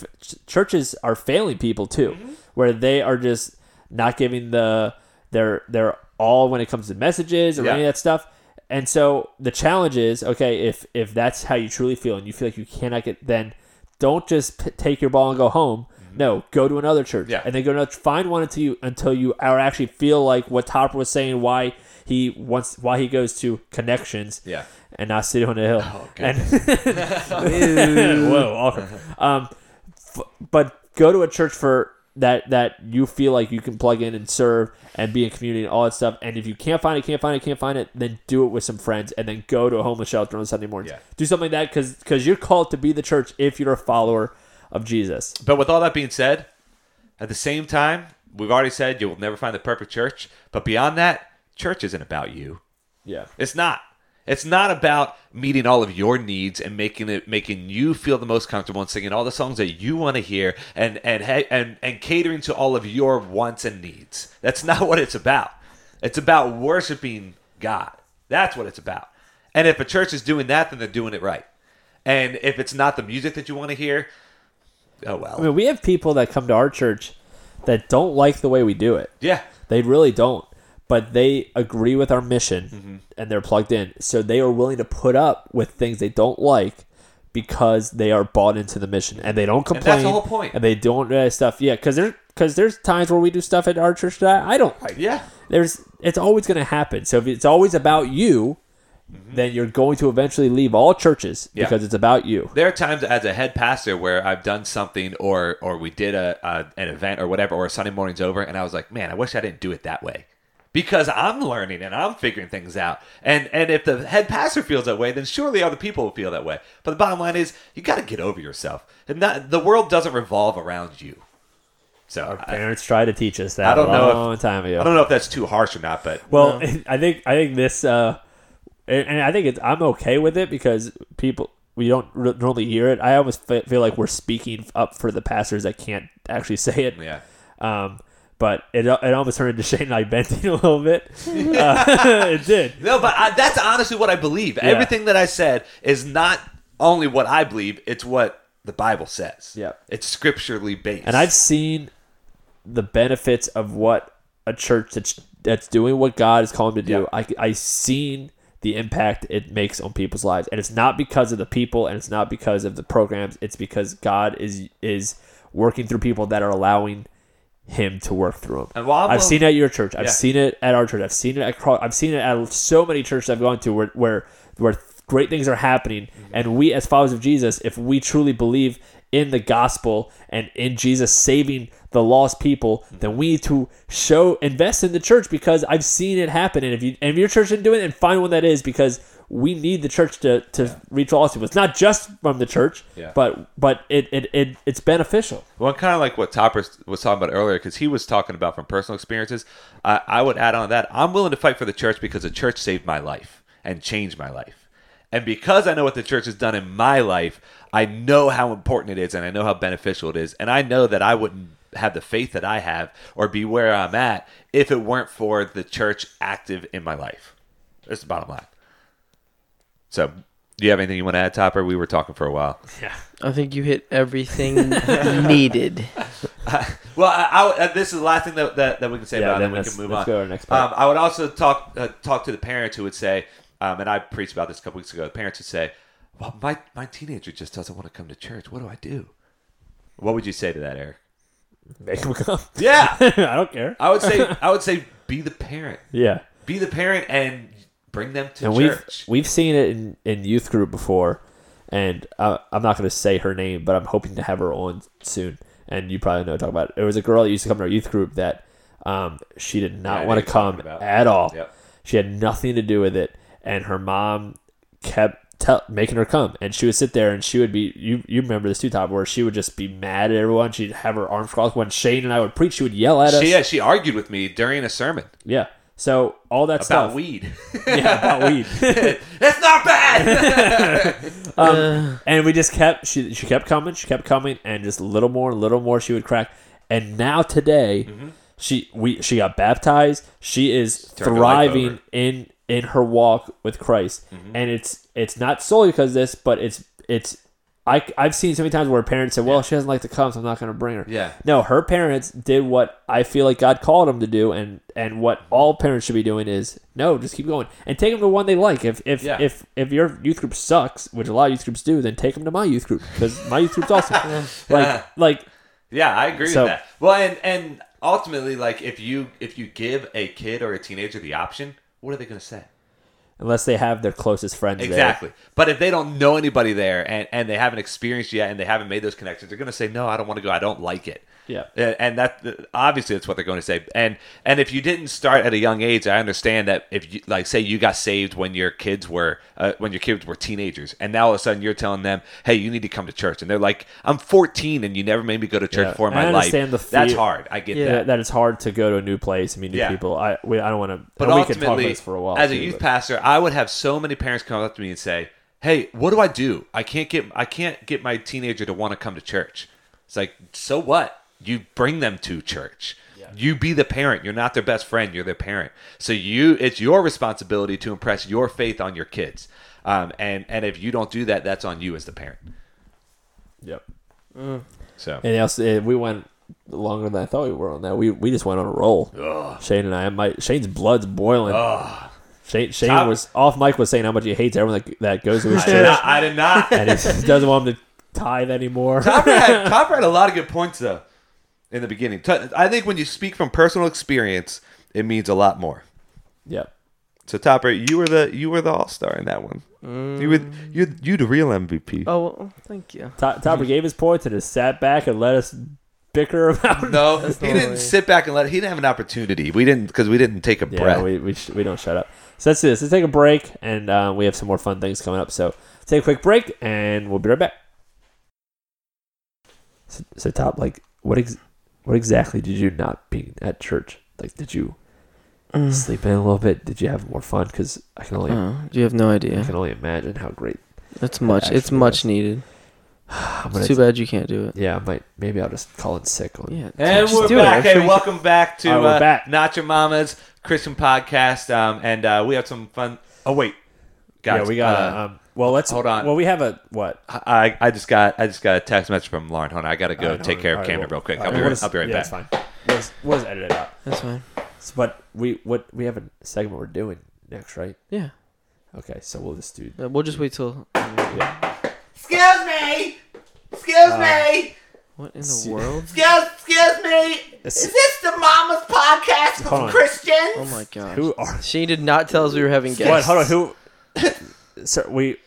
S2: churches are failing people too,
S1: Mm-hmm.
S2: where they are just not giving the their their all when it comes to messages or
S1: Yeah.
S2: any of that stuff. And so the challenge is okay if if that's how you truly feel and you feel like you cannot get then don't just p- take your ball and go home. No, go to another church
S1: Mm-hmm. Yeah.
S2: and then go to another, find one until you until you are actually feel like what Topper was saying why he wants why he goes to connections
S1: Yeah. Oh,
S2: and not sit on a hill. and whoa, awkward. Um, f- but go to a church for that that you feel like you can plug in and serve and be in community and all that stuff. And if you can't find it, can't find it, can't find it, then do it with some friends and then go to a homeless shelter on Sunday mornings.
S1: Yeah.
S2: Do something like that because because you're called to be the church if you're a follower of Jesus.
S1: But with all that being said, at the same time, we've already said you will never find the perfect church. But beyond that, church isn't about you.
S2: Yeah.
S1: It's not. It's not about meeting all of your needs and making it making you feel the most comfortable and singing all the songs that you want to hear and and ha- and and catering to all of your wants and needs. That's not what it's about. It's about worshiping God. That's what it's about. And if a church is doing that, then they're doing it right. And if it's not the music that you want to hear, oh well.
S2: I mean, we have people that come to our church that don't like the way we do it.
S1: Yeah.
S2: They really don't. But they agree with our mission
S1: Mm-hmm.
S2: and they're plugged in. So they are willing to put up with things they don't like because they are bought into the mission and they don't
S1: that's
S2: complain.
S1: the whole point.
S2: And they don't do that stuff. Yeah, because there, cause there's times where we do stuff at our church that I don't like.
S1: Yeah.
S2: There's, it's always going to happen. So if it's always about you, then you're going to eventually leave all churches
S1: Mm-hmm. Yeah.
S2: because it's about you.
S1: There are times as a head pastor where I've done something or or we did a, a an event or whatever or Sunday morning's over and I was like, man, I wish I didn't do it that way. Because I'm learning and I'm figuring things out. And and if the head pastor feels that way, then surely other people will feel that way. But the bottom line is you gotta get over yourself. And not, the world doesn't revolve around you. So I,
S2: Parents try to teach us that
S1: I don't
S2: a
S1: know if-
S2: long time ago.
S1: I don't know if that's too harsh or not, but
S2: Well, I think I think this, uh, and and I think it's, I'm okay with it because people we don't re- normally hear it. I almost fe- feel like we're speaking up for the pastors that can't actually say it.
S1: yeah.
S2: Um, but it it almost turned into Shane and I bending a little bit. Uh, it did.
S1: No, but I, that's honestly what I believe. Everything that I said is not only what I believe; it's what the Bible says.
S2: Yep.
S1: it's scripturally based.
S2: And I've seen the benefits of what a church that's that's doing what God is calling them to do. I I've seen the impact it makes on people's lives. And it's not because of the people and it's not because of the programs. It's because God is is working through people that are allowing him to work through them.
S1: And while I'm
S2: I've
S1: a-
S2: seen it at your church. I've
S1: Yeah.
S2: seen it at our church. I've seen it at Cro- I've seen it at so many churches I've gone to where where where great things are happening
S1: Mm-hmm.
S2: and we as followers of Jesus if we truly believe in the gospel and in Jesus saving the lost people
S1: Mm-hmm.
S2: then we need to show invest in the church because I've seen it happen and if you and if your church didn't do it and find one that is because we need the church to, to reach lost people. It's not just from the church,
S1: Yeah.
S2: but but it, it, it it's beneficial.
S1: Well, kind of like what Topper was talking about earlier, because he was talking about from personal experiences. I, I would add on to that I'm willing to fight for the church because the church saved my life and changed my life. And because I know what the church has done in my life, I know how important it is and I know how beneficial it is. And I know that I wouldn't have the faith that I have or be where I'm at if it weren't for the church active in my life. That's the bottom line. So, do you have anything you want to add, Topper? We were talking for a while.
S3: I think you hit everything needed.
S1: Well, I, I would- uh, this is the last thing that, that, that we can say
S2: Yeah,
S1: about it,
S2: then
S1: and we
S2: let's-
S1: can move
S2: let's
S1: on.
S2: go to our next part.
S1: Um, I would also talk uh, talk to the parents who would say, um, and I preached about this a couple weeks ago. The parents would say, "Well, my my teenager just doesn't want to come to church. What do I do?" What would you say to that, Eric?
S2: Make them come.
S1: Yeah,
S2: I don't care.
S1: I would say I would say be the parent,
S2: Yeah.
S1: be the parent, and bring them to
S2: and
S1: church.
S2: we've we've seen it in, in youth group before, and uh, I'm not going to say her name, but I'm hoping to have her on soon. And you probably know what I'm talking about. There was a girl that used to come to our youth group that um, she did
S1: I
S2: not
S1: know
S2: want
S1: who
S2: to
S1: you're talking
S2: come
S1: about.
S2: at all.
S1: Yep.
S2: She had nothing to do with it, and her mom kept tell, making her come. And she would sit there, and she would be you you remember this too, Top, where she would just be mad at everyone. She'd have her arms crossed. When Shane and I would preach, she would yell at us.
S1: She yeah, she argued with me during a sermon
S2: yeah. So all that
S1: about
S2: stuff.
S1: weed.
S2: Yeah, about weed.
S1: That's not bad.
S2: Um, and we just kept she she kept coming, she kept coming, and just little more, little more she would crack. And now today,
S1: Mm-hmm.
S2: she we she got baptized. She is
S1: turned her life over. Mm-hmm.
S2: thriving in in her walk with Christ, and it's it's not solely because of this, but it's it's. I, I've seen so many times where parents said, "Well, she doesn't like to come, so I'm not going to bring her."
S1: Yeah.
S2: No, her parents did what I feel like God called them to do, and and what all parents should be doing is no, just keep going and take them to one they like. If if
S1: Yeah.
S2: if if your youth group sucks, which a lot of youth groups do, then take them to my youth group because my youth group's awesome. like like
S1: Yeah, I agree
S2: So-
S1: with that. Well, and and ultimately, like if you if you give a kid or a teenager the option, what are they going to say?
S2: unless they have their closest friends
S1: Exactly. But if they don't know anybody there and and they haven't experienced yet and they haven't made those connections, they're going to say, "No, I don't want to go. I don't like it."
S2: Yeah.
S1: A- And that obviously that's what they're going to say. And and if you didn't start at a young age, I understand that if you like say you got saved when your kids were uh, when your kids were teenagers, and now all of a sudden you're telling them, "Hey, you need to come to church," and they're like, "I'm 14 and you never made me go to church
S2: Yeah.
S1: before in
S2: I
S1: my
S2: understand the
S1: life." That's
S2: fear.
S1: hard. I get
S2: there.
S1: that.
S2: That, that it's hard to go to a new place and meet new
S1: Yeah.
S2: people. I we, I don't want to.
S1: But
S2: we could
S1: ultimately,
S2: talk about this for a while.
S1: as a
S2: too,
S1: youth
S2: but-
S1: pastor, I would have so many parents come up to me and say, "Hey, what do I do? I can't get I can't get my teenager to want to come to church." It's like, so what? You bring them to church. You be the parent. You're not their best friend. You're their parent. So you, it's your responsibility to impress your faith on your kids. Um, and and if you don't do that, that's on you as the parent.
S2: yep.
S1: So
S2: And else, eh, we went longer than I thought we were on that. We we just went on a roll. Shane and I, my Shane's blood's boiling. Shane, Shane
S1: Top-
S2: was off. Mike was saying how much he hates everyone that, that goes to his
S1: I did
S2: church,
S1: not. I did not.
S2: and he doesn't want him to tithe anymore.
S1: Topper had, Topper had a lot of good points though in the beginning. T- I think when you speak from personal experience, it means a lot more.
S2: yep.
S1: So Topper, you were the you were the all star in that one. You were you you the real MVP.
S3: Oh, well, thank you.
S2: To- Topper gave his points and just sat back and let us bicker about.
S1: No, he
S3: totally-
S1: didn't sit back and let. He didn't have an opportunity. We didn't because we didn't take a
S2: Yeah,
S1: breath.
S2: we we, sh- we don't shut up. So let's do this. Let's take a break, and uh, we have some more fun things coming up. So take a quick break, and we'll be right back. So, so top, like, what ex- what exactly did you not being at church? Like, did you sleep in a little bit? Did you have more fun? Because I can only
S3: Mm. Hmm. Oh, you have no
S2: I
S3: idea.
S2: can only imagine how great.
S3: That's much. It's
S2: actually
S3: much
S2: was.
S3: needed.
S2: I'm
S3: It's
S2: gonna,
S3: too bad you can't do it.
S2: Yeah, I might. Maybe I'll just call in sick on.
S3: Yeah.
S1: And
S3: just
S1: we're
S3: do it.
S1: back.
S3: I'm sure
S1: Hey,
S3: you
S1: welcome back to
S2: All right, we're
S1: uh,
S2: back.
S1: Not Your Mama's Christian podcast. Um, and uh, we have some fun. Oh wait, guys,
S2: yeah, we got.
S1: uh,
S2: to um, well, let's
S1: hold on.
S2: Well, we have a what?
S1: I, I just got I just got a text message from Lauren. Hold on, I gotta go
S2: All right,
S1: take
S2: hold on.
S1: care
S2: All
S1: of
S2: right,
S1: Camden
S2: well,
S1: real quick.
S2: all
S1: I'll be
S2: we'll
S1: right,
S2: just-
S1: I'll be right
S2: yeah,
S1: back.
S2: It's fine. We'll just, we'll just edit it out.
S3: That's fine.
S2: So, but we what we have a segment we're doing next, right?
S3: Yeah.
S2: Okay, so we'll just do.
S3: Uh, We'll just wait till.
S2: Yeah.
S1: Excuse me. Excuse
S2: Uh,
S1: me.
S3: What in
S2: See-
S3: the world?
S1: Excuse, excuse me.
S2: It's-
S1: Is this the Mama's podcast
S2: Hold
S1: for
S2: on.
S1: Christians?
S3: Oh my god.
S2: Who are?
S3: She did not tell us we were having guests.
S2: What? Hold on. Who? so we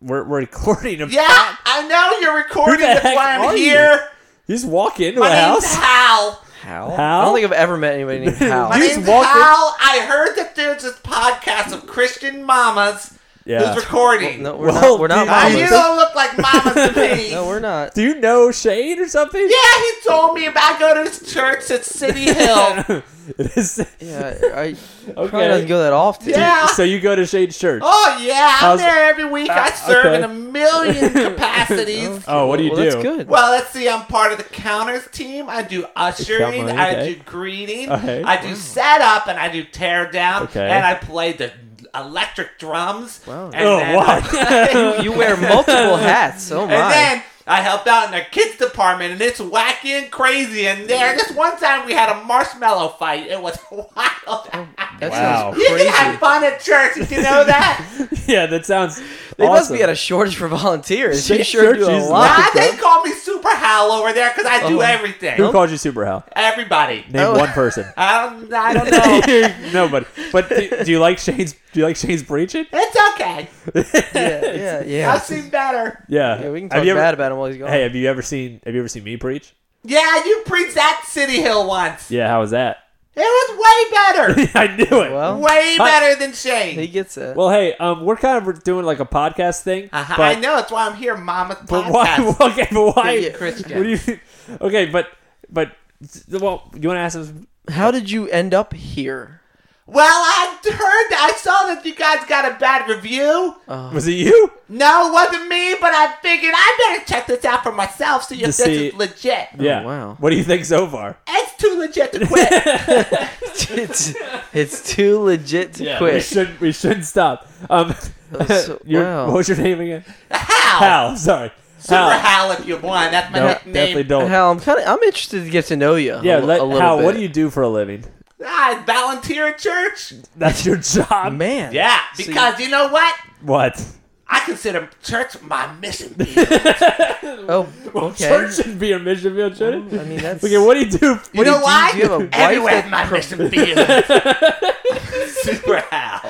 S2: we're, we're recording. A,
S1: Yeah, I know you're recording.
S2: Who the
S1: That's
S2: heck
S1: why I'm
S2: are you?
S1: here.
S2: You just walk into
S1: My
S2: a
S1: name's
S2: house.
S1: Hal.
S3: How? I
S2: Hal?
S3: don't think I've ever met anybody named
S1: My
S3: Hal.
S2: You just
S1: name's
S2: walked in-
S1: Hal. I heard that there's this podcast of Christian mamas
S2: Yeah.
S1: who's recording.
S3: No, we're
S2: Well,
S3: not. We're not
S2: dude, I
S1: Uh, you
S3: mamas.
S1: don't look like mamas to me.
S3: No, we're not.
S2: Do you know Shane or something?
S1: yeah, he told me about going to his church at City Hill.
S2: It is-
S3: Yeah, I, I probably doesn't
S2: okay.
S3: go that often.
S1: Yeah.
S2: So you go to Shane's church.
S1: Oh yeah, I'm
S2: How's-
S1: there every week. I
S2: Uh,
S1: serve
S2: okay.
S1: in a million capacities.
S2: Oh, what do you
S3: well, That's
S2: do?
S3: good.
S1: Well, let's see. I'm part of the counters team. I do ushering,
S2: Countering,
S1: I
S2: okay.
S1: do greeting,
S2: Okay.
S1: I
S3: Mm.
S1: do setup, and I do teardown,
S2: Okay.
S1: and I play the electric drums.
S3: Wow.
S1: And
S2: oh,
S1: then,
S2: why?
S3: you wear multiple hats. Oh
S1: And
S3: my.
S1: then I helped out in the kids department, and it's wacky and crazy in there. This one time we had a marshmallow fight. It was wild.
S2: Wow.
S3: That sounds
S1: You
S3: Oh, crazy.
S1: can have fun at church. Did you know that?
S2: yeah, that sounds.
S3: They must
S2: awesome.
S3: be at a shortage for volunteers. They
S2: She-
S3: sure do a
S2: she's
S3: lot.
S1: Nah,
S2: Like
S1: they
S2: that?
S1: call me Super Hal over there because I do
S3: Oh.
S1: everything.
S2: Who called you Super Hal?
S1: Everybody.
S2: Name
S3: Oh.
S2: one person.
S1: I don't. I don't know.
S2: Nobody. But do, do you like Shane's? Do you like Shane's preaching?
S1: it's okay.
S3: Yeah, yeah, yeah.
S1: I've seen better.
S2: Yeah.
S3: Yeah, we can
S2: Have
S3: talk
S2: you ever-
S3: bad about him while he's gone.
S2: Hey, have you ever seen? Have you ever seen me preach?
S1: Yeah, you preached that City Hill once.
S2: Yeah. How was that?
S1: It was way better.
S2: I knew it.
S3: Well,
S1: way
S2: Huh?
S1: better than
S3: he
S1: Shane.
S3: gets it.
S2: Well, hey, um, we're kind of doing like a podcast thing,
S1: Uh-huh.
S2: but
S1: I know. That's why I'm here, Mama's
S2: but
S1: podcast.
S2: why? Okay, but why?
S3: Yeah, yeah.
S1: Christian.
S2: What do you? Okay, but but well, you want to ask him?
S3: How did you end up here?
S1: Well, I heard that. I saw that you guys got a bad review.
S3: Uh,
S2: Was it you?
S1: No, it wasn't me, but I figured I better check this out for myself, see if
S2: To
S1: this
S2: see-
S1: is legit.
S2: yeah.
S3: wow.
S2: What do you think so far?
S1: It's too legit to quit.
S3: it's, it's too legit to
S2: We
S3: quit.
S2: should we shouldn't stop. Um,
S3: so-
S2: your-
S3: wow.
S2: what was your name again?
S1: How?
S2: Hal. Sorry.
S1: Super
S2: Hal.
S1: Hal if you want. That's my
S2: No,
S1: nickname.
S2: definitely don't.
S3: Hal, I'm kind of I'm interested to get to know you.
S2: yeah.
S3: a,
S2: Let,
S3: a little
S2: Hal.
S3: bit.
S2: What do you do for a living?
S1: I Ah, volunteer at church.
S2: That's your job.
S3: man?
S1: Yeah, because you know what?
S2: What?
S1: I consider church my mission. field.
S3: Oh, okay.
S2: Church should be a mission field, shouldn't
S3: I
S2: it?
S3: mean, that's
S2: Okay, what do you do?
S1: You know
S3: do you-
S1: why?
S3: do you have a wife
S1: Everywhere's
S3: that
S1: my
S3: pro-
S1: mission field. Super Hal.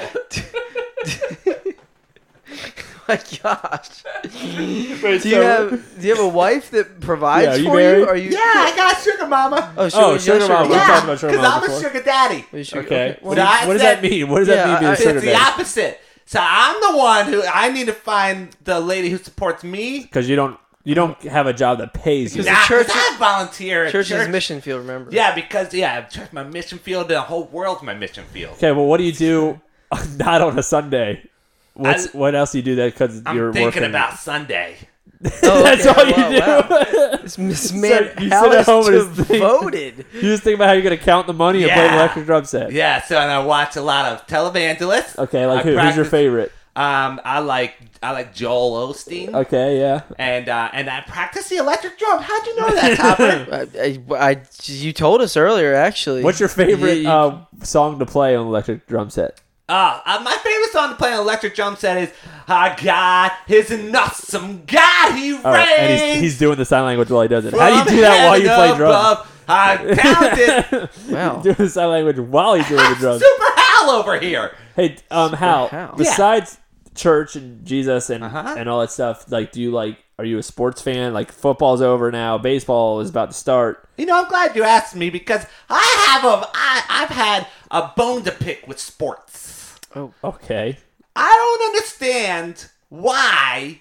S3: my gosh.
S2: Wait,
S3: Do you
S2: so-
S3: have Do you have a wife that
S2: Yeah,
S3: provides
S2: are you
S3: for you?
S2: married?
S3: Are you?
S1: Yeah, I got sugar mama.
S3: Oh,
S2: Oh,
S3: sugar,
S2: sugar mama. We've
S1: yeah,
S2: talked about
S1: because
S2: sugar mama
S1: I'm a
S2: before.
S1: sugar daddy.
S3: Wait, sugar-
S2: Okay.
S3: Well,
S2: What, do you-
S1: I
S2: what does
S1: said-
S2: that mean? What does that
S3: Yeah,
S2: mean being a
S3: I- it's
S2: sugar
S1: It's the
S2: daddy?
S1: opposite. So I'm the one who I need to find the lady who supports me.
S2: Because you don't you don't have a job that pays you.
S3: Because-
S1: Nah, 'cause
S3: church-
S1: I volunteer at
S3: church
S1: church.
S3: is mission field. Remember?
S1: Yeah, because yeah, church my mission field. The whole world's my mission field.
S2: Okay, well, what do you do not on a Sunday? What's,
S1: I-
S2: what else do you do that because
S1: I'm
S2: you're
S1: thinking
S2: working?
S1: about Sunday.
S3: Oh,
S2: That's
S3: okay.
S2: all you
S3: Wow,
S2: do.
S3: wow. This, this man
S2: you sit
S3: Hal
S2: at
S3: is
S2: home and just think-
S3: devoted.
S2: you just think about how you're going to count the money and play the
S1: Yeah.
S2: electric drum set.
S1: Yeah, so and I watch a lot of televangelists.
S2: Okay, like
S1: I
S2: who, who's your
S1: practice-
S2: favorite?
S1: Um, I like I like Joel Osteen,
S2: Okay, yeah.
S1: and uh, and I practice the electric drum. How'd you know that, Topper?
S3: I, I, I- you told us earlier, actually.
S2: What's your favorite
S3: You- you-
S2: um, song to play on electric drum set?
S1: uh, uh, my favorite song to play on electric drum set is "I God is an awesome God. He reigns."
S2: All right, and he's, he's doing the sign language while he does it. How do you do that while you
S1: from
S2: play
S1: heaven
S2: drums?
S1: above, I counted
S3: wow?
S2: Doing the sign language while he's doing the drums.
S1: Super Hal over here.
S2: Hey, um, Hal.
S3: Hal.
S2: Besides church and Jesus and
S1: Uh-huh.
S2: and all that stuff, like, do you like? Are you a sports fan? Like, football's over now. Baseball is about to start.
S1: You know, I'm glad you asked me because I have a I, I've had a bone to pick with sports.
S2: Okay.
S1: I don't understand why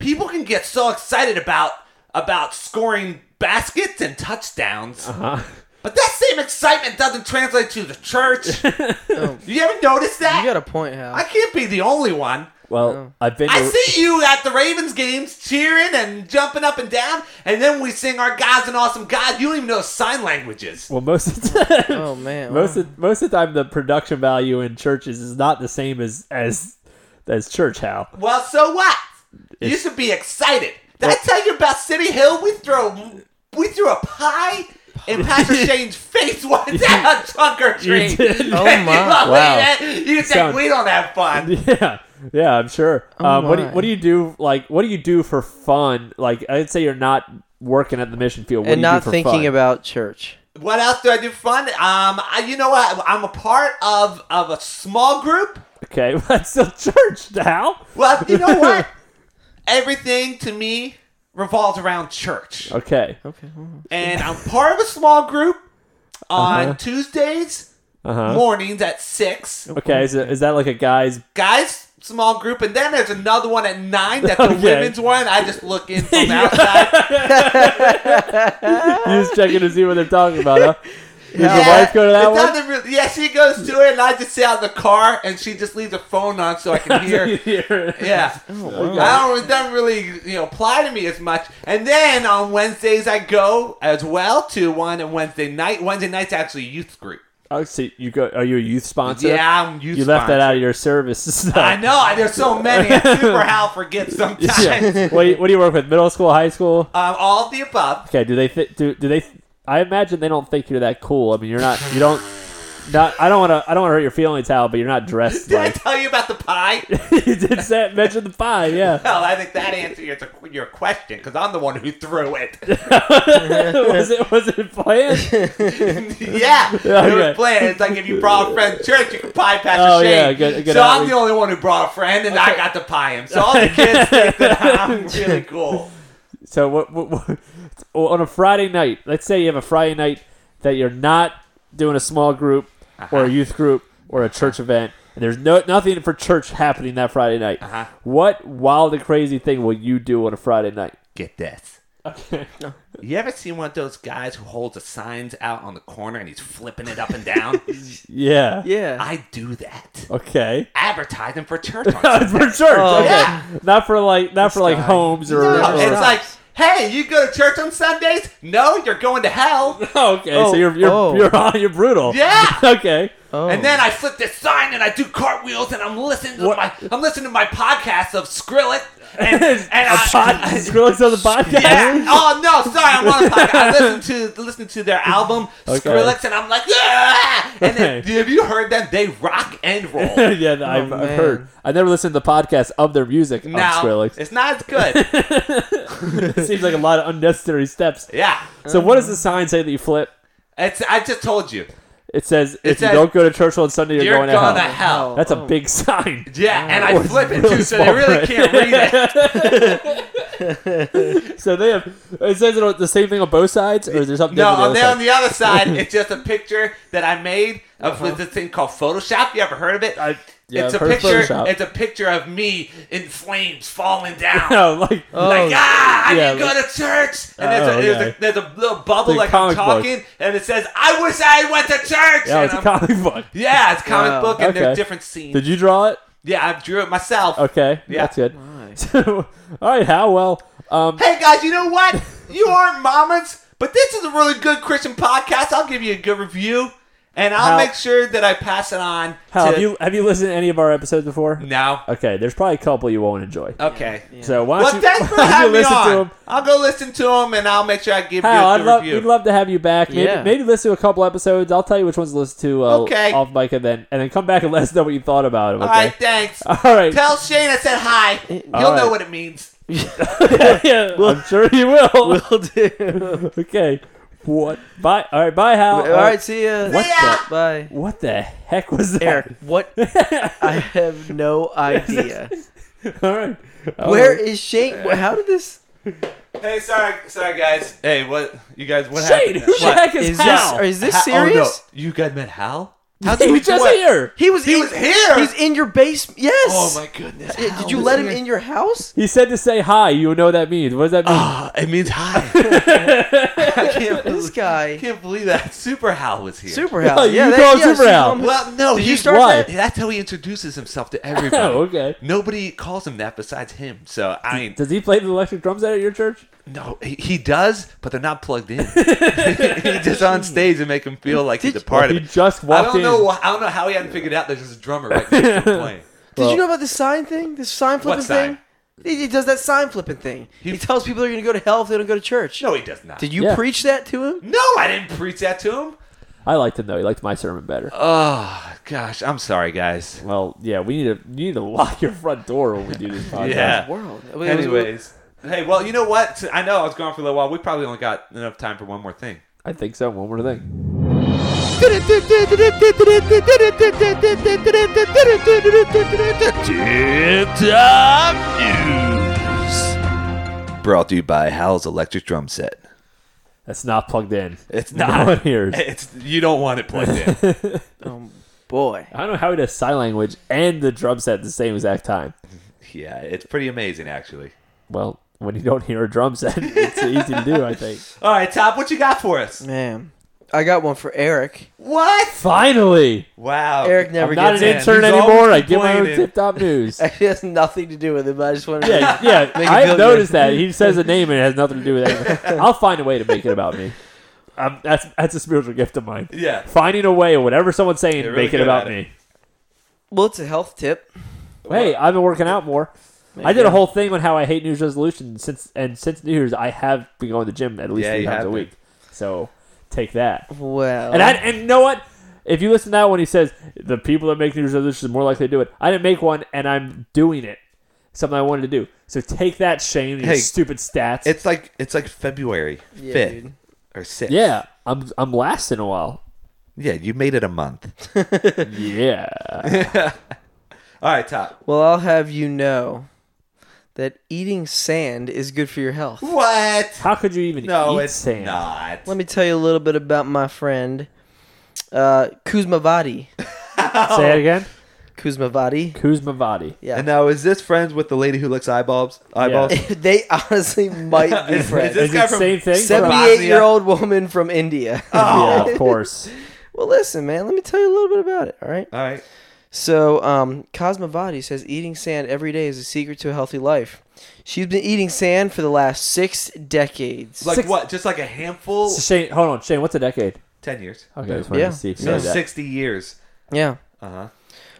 S1: people can get so excited about about scoring baskets and touchdowns,
S3: Uh.
S2: Uh-huh.
S1: but that same excitement doesn't translate to the church.
S3: Oh.
S1: you ever notice that?
S3: You got a point, Hal.
S1: I can't be the only one.
S2: Well, I've been.
S1: I
S2: to-
S1: see you at the Ravens games cheering and jumping up and down, and then we sing our God's an awesome God. You don't even know sign languages.
S2: Well, most of the time,
S3: oh man.
S2: most of, most of the time, the production value in churches is not the same as as as church. Hal.
S1: Well, so what? you should be excited. Did I tell you about City Hill? We threw we threw a pie in Pastor Shane's face one day on trunk or
S2: You
S1: treat.
S2: did.
S3: Oh
S1: You
S3: my.
S1: know,
S2: Wow.
S1: man, You think
S2: Sound-
S1: we don't have fun?
S2: Yeah. Yeah, I'm sure.
S3: Oh
S2: um, what do you,
S3: my.
S2: what do you do like what do you do for fun? Like I'd say you're not working at the mission field what do
S3: and
S2: you do
S3: not
S2: for
S3: thinking
S2: fun?
S3: about church.
S1: What else do I do fun? Um, I, you know what? I'm a part of of a small group.
S2: Okay, that's still church now.
S1: Well, you know what? Everything to me revolves around church,
S2: Okay.
S3: Okay.
S1: and I'm part of a small group on Tuesdays
S2: Uh-huh.
S1: mornings at six.
S2: Okay, is, it, is that like a guy's
S1: Guys, small group, and then there's another one at nine. That's the
S2: Okay.
S1: women's one. I just look in from outside.
S2: you just checking to see what they're talking about, huh? Does your
S1: Yeah,
S2: wife go to
S1: it
S2: that one?
S1: doesn't really- yeah, she goes to it, and I just sit out in the car, and she just leaves her phone on so I can hear. Yeah,
S2: Oh,
S1: I don't. It doesn't really you know apply to me as much. And then on Wednesdays I go as well to one on Wednesday night. Wednesday night's actually youth group.
S2: Oh, so you go? Are you a youth sponsor?
S1: yeah, I'm youth.
S2: You left that
S1: sponsor.
S2: out of your service. stuff.
S1: I know. I- There's so many. I super Hal forgets sometimes.
S2: Yeah. what, do you, what do you work with? Middle school, high school?
S1: Um, all of the above.
S2: Okay. Do they thi- do do they? I imagine they don't think you're that cool. I mean, you're not. You don't. Not. I don't want to. I don't want to hurt your feelings, Hal. But you're not dressed
S1: Did I
S2: like.
S1: tell you about the pie?
S2: you did say, mention the pie. Yeah.
S1: Well, I think that answers your, your question because I'm the one who threw it.
S2: was it was it planned?
S1: yeah, it
S2: Okay.
S1: was planned. It's like if you brought a friend to church, you could pie Pastor
S2: Oh,
S1: Shane.
S2: yeah, good- good
S1: so I'm
S2: outreach.
S1: the only one who brought a friend, and I got to pie him. So all the kids think that I'm really cool.
S2: So what, what, what? On a Friday night, let's say you have a Friday night that you're not doing a small group or a youth group or a church event, and there's no nothing for church happening that Friday night.
S1: Uh-huh.
S2: What wild and crazy thing will you do on a Friday night?
S1: Get this.
S2: Okay.
S1: You ever seen one of those guys who holds the signs out on the corner and he's flipping it up and down?
S2: Yeah.
S3: Yeah.
S1: I do that.
S2: Okay.
S1: Advertising for church. On
S2: it's for church.
S3: Oh.
S2: okay.
S1: Yeah.
S2: Not for like not for like
S3: guy.
S2: homes or.
S1: No,
S2: or-
S1: it's
S3: Right.
S1: like, hey, you go to church on Sundays? No, you're going to hell.
S2: okay.
S3: Oh,
S2: so you're you're
S3: oh.
S2: you're on. You're brutal.
S1: Yeah.
S2: Okay.
S3: oh.
S1: And then I flip this sign and I do cartwheels and I'm listening to
S2: What-
S1: my I'm listening to my podcast of Skrillet and,
S2: A
S1: and I,
S2: pod, Skrillex on the podcast.
S1: yeah. Oh no, sorry, I'm on a podcast. I listened to listened to their album
S2: Okay.
S1: Skrillex and I'm like, yeah. And then,
S2: Okay.
S1: have you heard them? They rock and roll.
S2: yeah, I've, I've
S3: man.
S2: heard. I never listened to the podcast of their music on
S1: Now
S2: Skrillex.
S1: it's not as good.
S2: It seems like a lot of unnecessary steps.
S1: yeah,
S2: So, what does the sign say that you flip?
S1: it's I just told you,
S2: It says if
S1: says,
S2: you don't go to church on Sunday, you're,
S1: you're
S2: going
S1: going
S2: to hell.
S1: to hell.
S2: That's a
S3: Oh.
S2: big sign.
S1: Yeah, and I flip it too,
S2: really
S1: so they
S2: small
S1: really
S2: print.
S1: can't read it.
S2: So they have. It says it on, the same thing on both sides, or is there something?
S1: No,
S2: different on
S1: and
S2: the
S1: then
S2: other
S1: on the other side, it's just a picture that I made of with this thing called Photoshop. You ever heard of it?
S2: side? Uh-huh. I, yeah,
S1: it's
S2: I've
S1: a
S2: heard
S1: picture.
S2: Photoshop.
S1: It's a picture of me in flames falling down.
S2: no, like
S1: Like ah, I
S2: Oh, yeah,
S1: didn't go to church. And there's,
S2: Oh,
S1: a, there's,
S2: okay.
S1: a, there's a little bubble
S2: The
S1: like
S2: comic
S1: I'm
S2: book.
S1: talking, and it says, "I wish I went to church."
S2: yeah,
S1: and
S2: it's a
S1: I'm-
S2: comic book.
S1: yeah, it's comic
S3: Wow.
S1: book, and
S2: Okay.
S1: there's different scenes.
S2: Did you draw it?
S1: yeah, I drew it myself.
S2: Okay,
S1: Yeah.
S2: that's good.
S3: My.
S2: So, all right, how well? Um,
S1: Hey guys, you know what? You aren't mamas, but this is a really good Christian podcast. I'll give you a good review, and I'll
S2: How-
S1: make sure that I pass it on.
S2: Hal,
S1: to
S2: have you have you listened to any of our episodes before?
S1: No.
S2: Okay, there's probably a couple you won't enjoy.
S1: Okay.
S2: So why don't
S1: Well,
S2: you,
S1: thanks
S2: why
S1: for
S2: don't you
S1: having me
S2: listen to
S1: on.
S2: them?
S1: I'll go listen to them, and I'll make sure I give
S2: Hal,
S1: you
S2: I'd
S1: a good
S2: love,
S1: review.
S2: we'd love to have you back. Maybe,
S3: Yeah.
S2: maybe listen to a couple episodes. I'll tell you which ones to listen to uh,
S1: Okay.
S2: off mic, and then and then come back and let us know what you thought about them.
S1: All
S2: Okay?
S1: right, thanks.
S2: All right.
S1: Tell Shane I said hi. He'll
S2: All right.
S1: know what it means.
S2: yeah, I'm sure you will.
S3: will do.
S2: okay. What? Bye. All right. Bye, Hal.
S3: All right, see ya.
S1: What the-
S3: Bye.
S2: What the heck was that?
S3: Eric, what? I have no idea.
S2: All right. All
S3: Where
S2: right.
S3: is Shane? How did this?
S1: Hey, sorry, sorry, guys. Hey, what you guys? What
S2: Shane? Who the heck is,
S3: Is this?
S2: Hal?
S3: Is this
S1: Ha- oh, no.
S3: serious?
S1: You guys met Hal?
S2: he was just
S1: what?
S2: here.
S3: He was.
S1: He
S3: in,
S1: was here!
S3: He's in your basement. Yes.
S1: Oh my goodness!
S3: Did-
S1: Hal
S3: Did you
S1: was
S3: let him
S1: here.
S3: in your house?
S2: He said to say hi. You know what that means. What does that mean?
S1: Ah, it means hi. I can't
S3: This
S1: believe,
S3: guy.
S1: can't believe that Super Hal was here.
S3: Super
S2: No,
S3: Hal.
S2: you
S3: Yeah, that-
S2: call him
S3: yeah,
S2: Super
S3: she
S2: Hal.
S3: called him-
S1: Well, no,
S3: Did
S1: he-
S3: you start
S2: why?
S3: that?
S1: That's how he introduces himself to everybody.
S2: oh, okay.
S1: Nobody calls him that besides him. So I mean,
S2: Does he play the electric drums at your church?
S1: no, he, he does, but they're not plugged in. He's just on stage and make him feel like he's a part of
S2: He
S1: it.
S2: just
S1: I
S2: walked
S1: don't
S2: in.
S1: know. wh- I don't know how he hadn't figured out there's this drummer right next to him playing.
S3: Did
S2: Well-
S3: you know about the sign thing? The sign flipping
S1: sign?
S3: thing? He, he does that sign flipping thing. He, tells people they're going to go to hell if they don't go to church.
S1: No, he does not.
S3: Did you
S2: Yeah.
S3: preach that to him?
S1: no, I didn't preach that to him.
S2: I liked him though. He liked my sermon better.
S1: Oh gosh, I'm sorry, guys.
S2: Well, yeah, we need to you need to lock your front door when we do this podcast.
S1: Yeah.
S3: World.
S1: Anyways, hey, well, you know what? I know I was gone for a little while. We probably only got enough time for one more thing.
S2: I think so. One more thing.
S1: Brought to you by Hal's Electric Drum Set.
S2: That's not plugged in.
S1: It's
S2: No
S1: not.
S2: one hears.
S1: It's you don't want it plugged in.
S3: Oh boy.
S2: I don't know how he does sign language and the drum set at the same exact time.
S1: yeah, it's pretty amazing actually.
S2: Well, when you don't hear a drum set, it's easy to do, I think.
S1: All right, Top, what you got for us?
S3: Man. I got one for Eric.
S1: What?
S2: Finally!
S1: Wow.
S3: Eric
S2: I'm
S3: never
S2: not
S3: gets
S2: an
S3: in.
S2: intern
S1: He's
S2: anymore. I
S1: always
S2: give my own
S1: complaining.
S2: tip top news.
S3: Actually, it has nothing to do with it, but I just wanted to.
S2: Yeah, yeah.
S3: Make it
S2: I've
S3: feel
S2: noticed
S3: good.
S2: that he says a name and it has nothing to do with anything. I'll find a way to make it about me. Um, that's that's a spiritual gift of mine.
S1: Yeah.
S2: Finding a way, whatever someone's saying,
S1: You're really
S2: make it
S1: good
S2: about
S1: at it.
S2: me.
S3: Well, it's a health tip.
S2: Hey, I've been working out more. I did a whole thing on how I hate New Year's resolutions since and since New Year's I have been going to the gym at least
S1: Yeah,
S2: three
S1: you
S2: times
S1: have
S2: a
S1: been.
S2: week. So take that.
S3: Well.
S2: And I,
S1: Uh-huh.
S2: and you know what? If you listen to that one, he says the people that make New Year's resolutions are more likely to do it. I didn't make one, and I'm doing it. Something I wanted to do. So take that, Shane. and Your
S1: Hey,
S2: stupid stats.
S1: It's like it's like February
S3: Yeah,
S1: fifth
S3: dude.
S1: or sixth.
S2: Yeah, I'm I'm lasting a while.
S1: Yeah, you made it a month.
S2: Yeah,
S1: All right, Top.
S3: Well, I'll have you know that eating sand is good for your health.
S1: What?
S2: how could you even
S1: No,
S2: eat
S1: it's
S2: sand?
S1: not.
S3: Let me tell you a little bit about my friend, uh, Kuzmavati.
S2: Say it again.
S3: Kuzmavati.
S2: Kuzmavati.
S1: And
S3: Yeah.
S1: now is this friends with the lady who licks eyeballs? Eyeballs.
S3: they honestly might be
S1: Is-
S3: friends.
S1: This
S2: Is
S1: guy
S2: it
S1: from-
S2: same thing?
S1: Seven-
S2: Bosnia?
S3: 78 year old woman from India.
S2: Yeah, of course.
S3: well, listen, man, let me tell you a little bit about it, all right?
S1: All right.
S3: So, um, Cosmavati says eating sand every day is a secret to a healthy life. She's been eating sand for the last six decades.
S1: Like
S2: Six-
S1: what? Just like a handful.
S2: So Shane, hold on, Shane. What's a decade?
S1: Ten years.
S2: Okay, I just wanted
S3: Yeah.
S2: to see if you
S1: So
S2: said that.
S1: sixty years.
S3: yeah.
S1: Uh huh.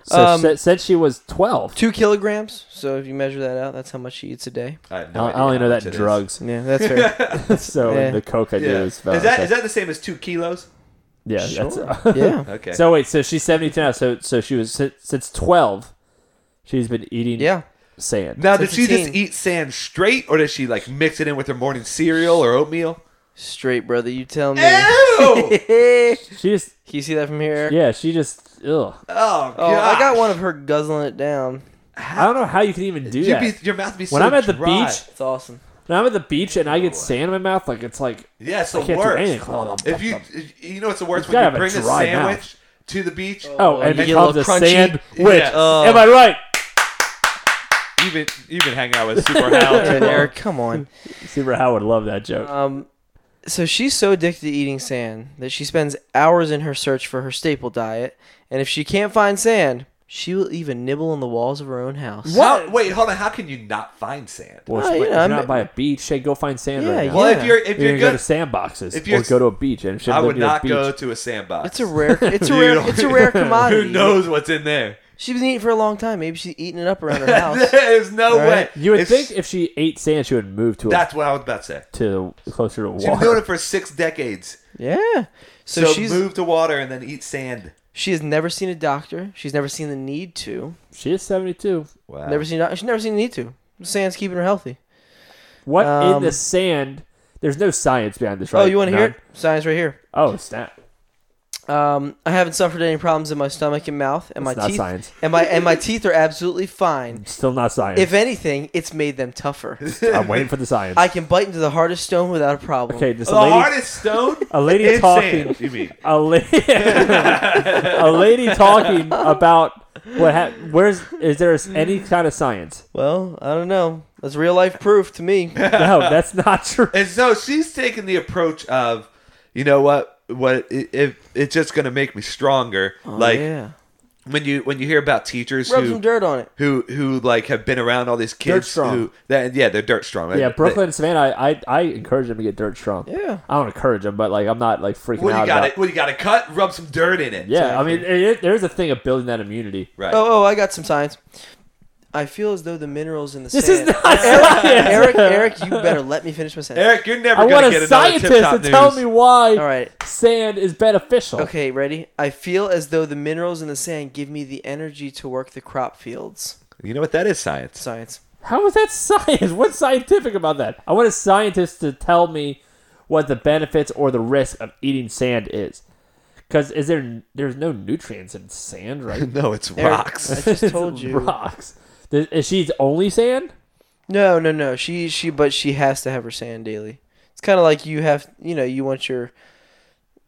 S2: So
S3: Um,
S2: sa- said she was twelve.
S3: Two kilograms. So, if you measure that out, that's how much she eats a day.
S1: I, have
S2: I
S1: no
S2: I
S1: idea
S2: only
S1: how
S2: know
S1: much
S2: that
S1: it is.
S2: drugs.
S3: Yeah, that's fair.
S2: so
S3: Yeah.
S2: the coke I do
S1: Yeah.
S2: is
S1: Is
S2: about
S1: that is that the same as two kilos?
S2: yeah. That's,
S3: yeah.
S1: Okay.
S2: So wait, so she's seventy two now. So so she was since, since twelve. She's been eating
S3: Yeah.
S2: sand.
S1: now,
S3: So
S1: did she just
S3: 15.
S1: eat sand straight, or does she like mix it in with her morning cereal or oatmeal?
S3: Straight, brother. You tell me.
S1: Ew!
S3: Can
S2: She just
S3: you see that from here?
S2: yeah. She just ugh.
S1: Oh,
S3: Oh, I got
S1: gosh.
S3: one of her guzzling it down.
S2: I don't know how you can even do
S1: You'd
S2: that.
S1: be- your mouth would be
S2: when
S1: so
S2: I'm at the
S1: dry. Oh.
S2: beach,
S3: It's awesome.
S2: When I'm at the beach and I get
S1: No.
S2: sand in my mouth, like it's like
S1: yeah, it's
S2: I
S1: the
S2: can't do
S1: worst.
S2: anything. Oh, the-
S1: If you, you know, it's the worst
S2: You
S1: when you
S2: gotta have a
S1: bring the
S2: dry
S1: sandwich
S2: mouth.
S1: to the beach.
S2: oh, and
S3: you
S2: it
S3: get a
S2: of the
S3: little crunchy.
S2: sand.
S1: Yeah.
S2: Which
S1: Uh,
S2: am I right?
S1: You've been you've been hanging out with Super Hal.
S3: Dude, Eric, come on.
S2: Super Howard would love that joke.
S3: Um, so she's so addicted to eating sand that she spends hours in her search for her staple diet, and if she can't find sand, she will even nibble on the walls of her own house.
S1: What? wait, hold on. How can you not find sand?
S2: well,
S3: no,
S2: if
S3: you
S2: you're
S3: know, I'm-
S2: not by a beach, hey, go find sand
S3: Yeah,
S2: right now.
S3: yeah.
S1: Well, if you're if
S2: You're,
S1: you're,
S2: gonna go to
S1: good,
S2: sandboxes
S1: if you're-
S2: or go to a beach, and she
S1: I
S2: lived
S1: would
S2: near a
S1: not
S2: beach.
S1: go to a sandbox.
S3: It's a rare, it's a
S1: You
S3: rare,
S1: don't-
S3: it's a rare commodity.
S1: Who knows what's in there?
S3: She's been eating for a long time. Maybe she's eating it up around her house.
S1: There's no
S3: All
S1: way.
S3: right.
S2: You would
S1: It's-
S2: think if she ate sand, she would move to a,
S1: That's what I was about to say.
S2: to closer to
S1: She's been doing
S2: water.
S1: it for six decades.
S3: yeah.
S1: So,
S3: So, she's
S1: move to water and then eat sand.
S3: she has never seen a doctor. She's never seen the need to.
S2: She is seventy two.
S1: Wow.
S3: Never seen. a doc- She's never seen the need to. Sand's keeping her healthy.
S2: What in
S3: Um,
S2: the sand? There's no science behind this, right?
S3: oh, you want to hear it?
S2: None?
S3: Science right here.
S2: Oh, snap!
S3: Um, I haven't suffered any problems in my stomach and mouth, and
S2: That's
S3: my
S2: not
S3: teeth
S2: science.
S3: and my and my teeth are absolutely fine.
S2: Still not science.
S3: If anything, it's made them tougher.
S2: I'm waiting for the science.
S3: I can bite into the hardest stone without a problem.
S2: okay, this
S1: the
S2: lady,
S1: hardest stone.
S2: a lady
S1: is
S2: talking.
S1: Sand, you mean?
S2: a lady, a lady talking about what ha- where's is there any kind of science?
S3: Well, I don't know. That's real life proof to me.
S2: No, that's not true.
S1: And so she's taking the approach of, you know what? What i- if it's just going to make me stronger?
S2: Oh,
S1: like
S3: yeah,
S1: when you when you hear about teachers
S3: rub
S1: who
S3: some dirt on it.
S1: who who like have been around all these kids
S2: strong.
S1: who that yeah they're dirt strong
S2: Yeah,
S1: They-
S2: Brooklyn and Savannah, I, I, I encourage them to get dirt strong.
S3: Yeah.
S2: I don't encourage them, but like I'm not like freaking
S1: Well,
S2: out
S1: you got
S2: about.
S1: it. Well, you got to cut. Rub some dirt in it.
S2: Yeah, I mean, it, it- there's a thing of building that immunity.
S1: Right.
S3: Oh, oh, I got some science. I feel as though the minerals in the
S2: This is
S3: sand.
S2: not science.
S3: Eric, Eric, Eric, you better let me finish my sentence.
S1: Eric, you're never
S2: I want
S1: gonna
S2: a
S1: get another
S2: scientist
S1: tip top
S2: to
S1: news.
S2: tell me why
S3: All right.
S2: sand is beneficial.
S3: Okay, ready? I feel as though the minerals in the sand give me the energy to work the crop fields.
S1: You know what? That is science.
S3: Science.
S2: How is that science? What's scientific about that? I want a scientist to tell me what the benefits or the risk of eating sand is. Because is there there's no nutrients in sand, right?
S1: No, it's
S3: Eric,
S1: rocks.
S3: I just
S2: It's
S3: told you.
S2: Rocks. Th- Is she only sand?
S3: No, no, no. She she but she has to have her sand daily. It's kind of like you have, you know, you want your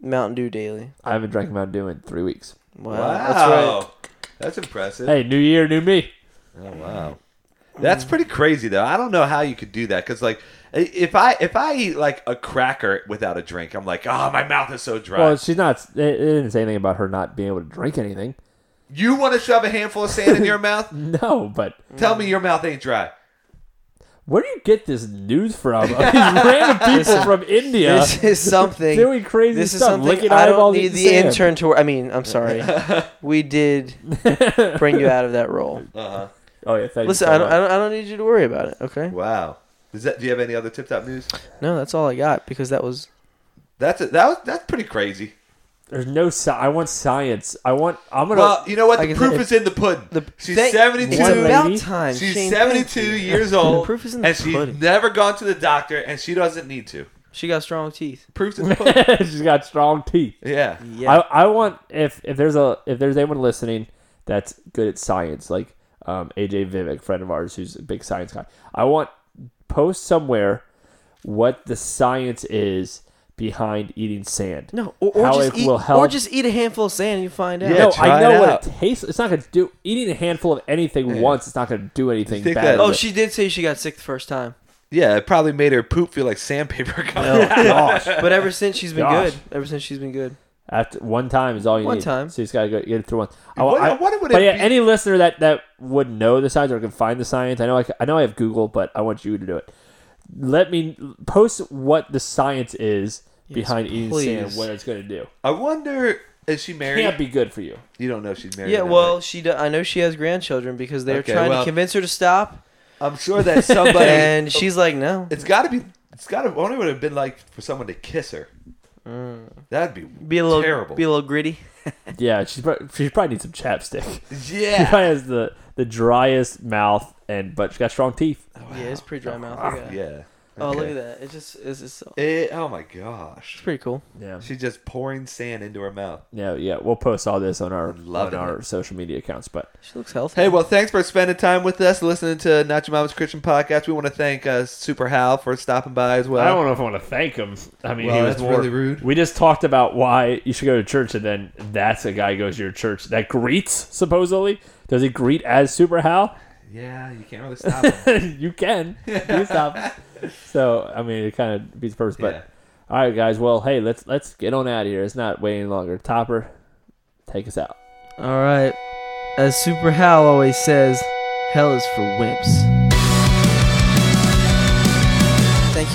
S3: Mountain Dew daily.
S2: I haven't drank Mountain Dew in three weeks.
S3: Wow.
S1: Wow,
S3: That's right.
S1: That's impressive.
S2: Hey, new year, new me.
S1: Oh wow,
S3: Mm.
S1: that's pretty crazy though. I don't know how you could do that because like i- if I if I eat like a cracker without a drink, I'm like, oh, my mouth is so dry.
S2: Well, she's not. They they didn't say anything about her not being able to drink anything.
S1: you want to shove a handful of sand in your mouth?
S2: No, but
S1: Tell me your mouth ain't dry.
S2: where do you get this news from? These random people from India
S3: This is something.
S2: doing crazy
S3: this is
S2: stuff,
S3: something
S2: licking
S3: I don't
S2: eyeballs
S3: need
S2: in
S3: the
S2: sand.
S3: intern to. wor- I mean, I'm sorry. we did bring you out of that role.
S1: Uh-huh.
S2: Oh yeah, thank
S3: Listen,
S2: you. so
S3: I don't,
S2: much.
S3: I don't, I don't need you to worry about it. Okay.
S1: Wow. Is that? Do you have any other tip top news?
S3: No, that's all I got because that was.
S1: That's a, that was that's pretty crazy.
S2: There's no. Sci- I want science. I want. I'm gonna.
S1: Well, you know what?
S3: I
S1: The
S3: can
S1: proof
S3: say-
S1: is in the pudding.
S3: The,
S1: She's
S3: thank-
S1: 72.
S3: It's
S2: Lady.
S3: about time.
S1: She's
S3: Shane, thank
S1: 72
S3: you.
S1: years
S3: The
S1: old,
S3: proof is in the
S1: and she's
S3: pudding.
S1: never gone to the doctor, and she doesn't need to.
S3: She got strong teeth.
S1: Proof's in the pudding.
S2: she's got strong teeth.
S1: yeah.
S3: Yeah.
S2: I, I want if if there's a if there's anyone listening that's good at science, like um, AJ Vivek, friend of ours, who's a big science guy. I want post somewhere what the science is behind eating sand.
S3: no, or, or
S2: how
S3: just
S2: it
S3: eat,
S2: will
S3: or
S2: help.
S3: just eat a handful of sand and you find out.
S1: Yeah,
S2: no,
S1: try
S2: I
S1: it
S2: know
S1: out.
S2: what it tastes. It's not gonna do eating a handful of anything once. It's not gonna do anything
S1: think
S2: bad.
S1: that-
S3: Oh, she did say she got sick the first time,
S1: Yeah, it probably made her poop feel like sandpaper.
S2: gosh.
S3: but ever since she's been
S2: Gosh.
S3: good. Ever since she's been good.
S2: After one time is all you
S3: One
S2: need.
S3: time.
S2: so you just gotta go, get it through one. Oh, I,
S1: What-
S2: I-
S1: what would
S2: but
S1: it
S2: yeah,
S1: be-
S2: any listener that that would know the science or can find the science, I know I, c- I know I have Google, but I want you to do it. Let me post what the science is behind eating sand, and
S3: please.
S2: what it's gonna do.
S1: I wonder is she married?
S2: Can't be good for you.
S1: You don't know if she's married.
S3: Yeah,
S1: or not,
S3: well,
S1: right?
S3: she. Do, I know she has grandchildren because they're
S1: Okay,
S3: trying
S1: well-
S3: to convince her to stop,
S1: I'm sure that somebody.
S3: and she's like, "No."
S1: it's got to be. It's got to. Only would have been like for someone to kiss her. That'd be
S3: Mm. Be a little
S1: terrible.
S3: Be a little gritty.
S2: Yeah, she's prob- she probably needs some chapstick. She
S1: yeah.
S2: probably has the the driest mouth, and but she got strong teeth.
S3: Yeah, it's pretty dry mouth. Look at
S1: Oh,
S3: that.
S1: Ah, Yeah.
S3: Oh, look
S1: Okay.
S3: at that. It just is. It's, so-
S1: It, oh my
S3: it's
S1: gosh.
S3: pretty cool.
S2: Yeah,
S1: She's just pouring sand into her mouth.
S2: yeah, yeah. We'll post all this on our
S1: Loving
S2: on our social media accounts, but
S3: She looks healthy.
S1: Hey, well, thanks for spending time with us, listening to Not Your Mama's Christian Podcast. We want to thank uh, Super Hal for stopping by as well.
S2: I don't know if I want to thank him. I mean,
S1: Well,
S2: he was
S1: that's
S2: more,
S1: really rude.
S2: We just talked about why you should go to church, and then that's a guy who goes to your church that greets supposedly. Does he greet as Super Hal?
S1: yeah, you can't really stop him.
S2: you can. You stop. so I mean, it kind of beats the purpose. But
S1: Yeah.
S2: all right, guys. Well, hey, let's let's get on out of here. It's not waiting longer. Topper, take us out.
S3: All right. As Super Hal always says, hell is for wimps. Thank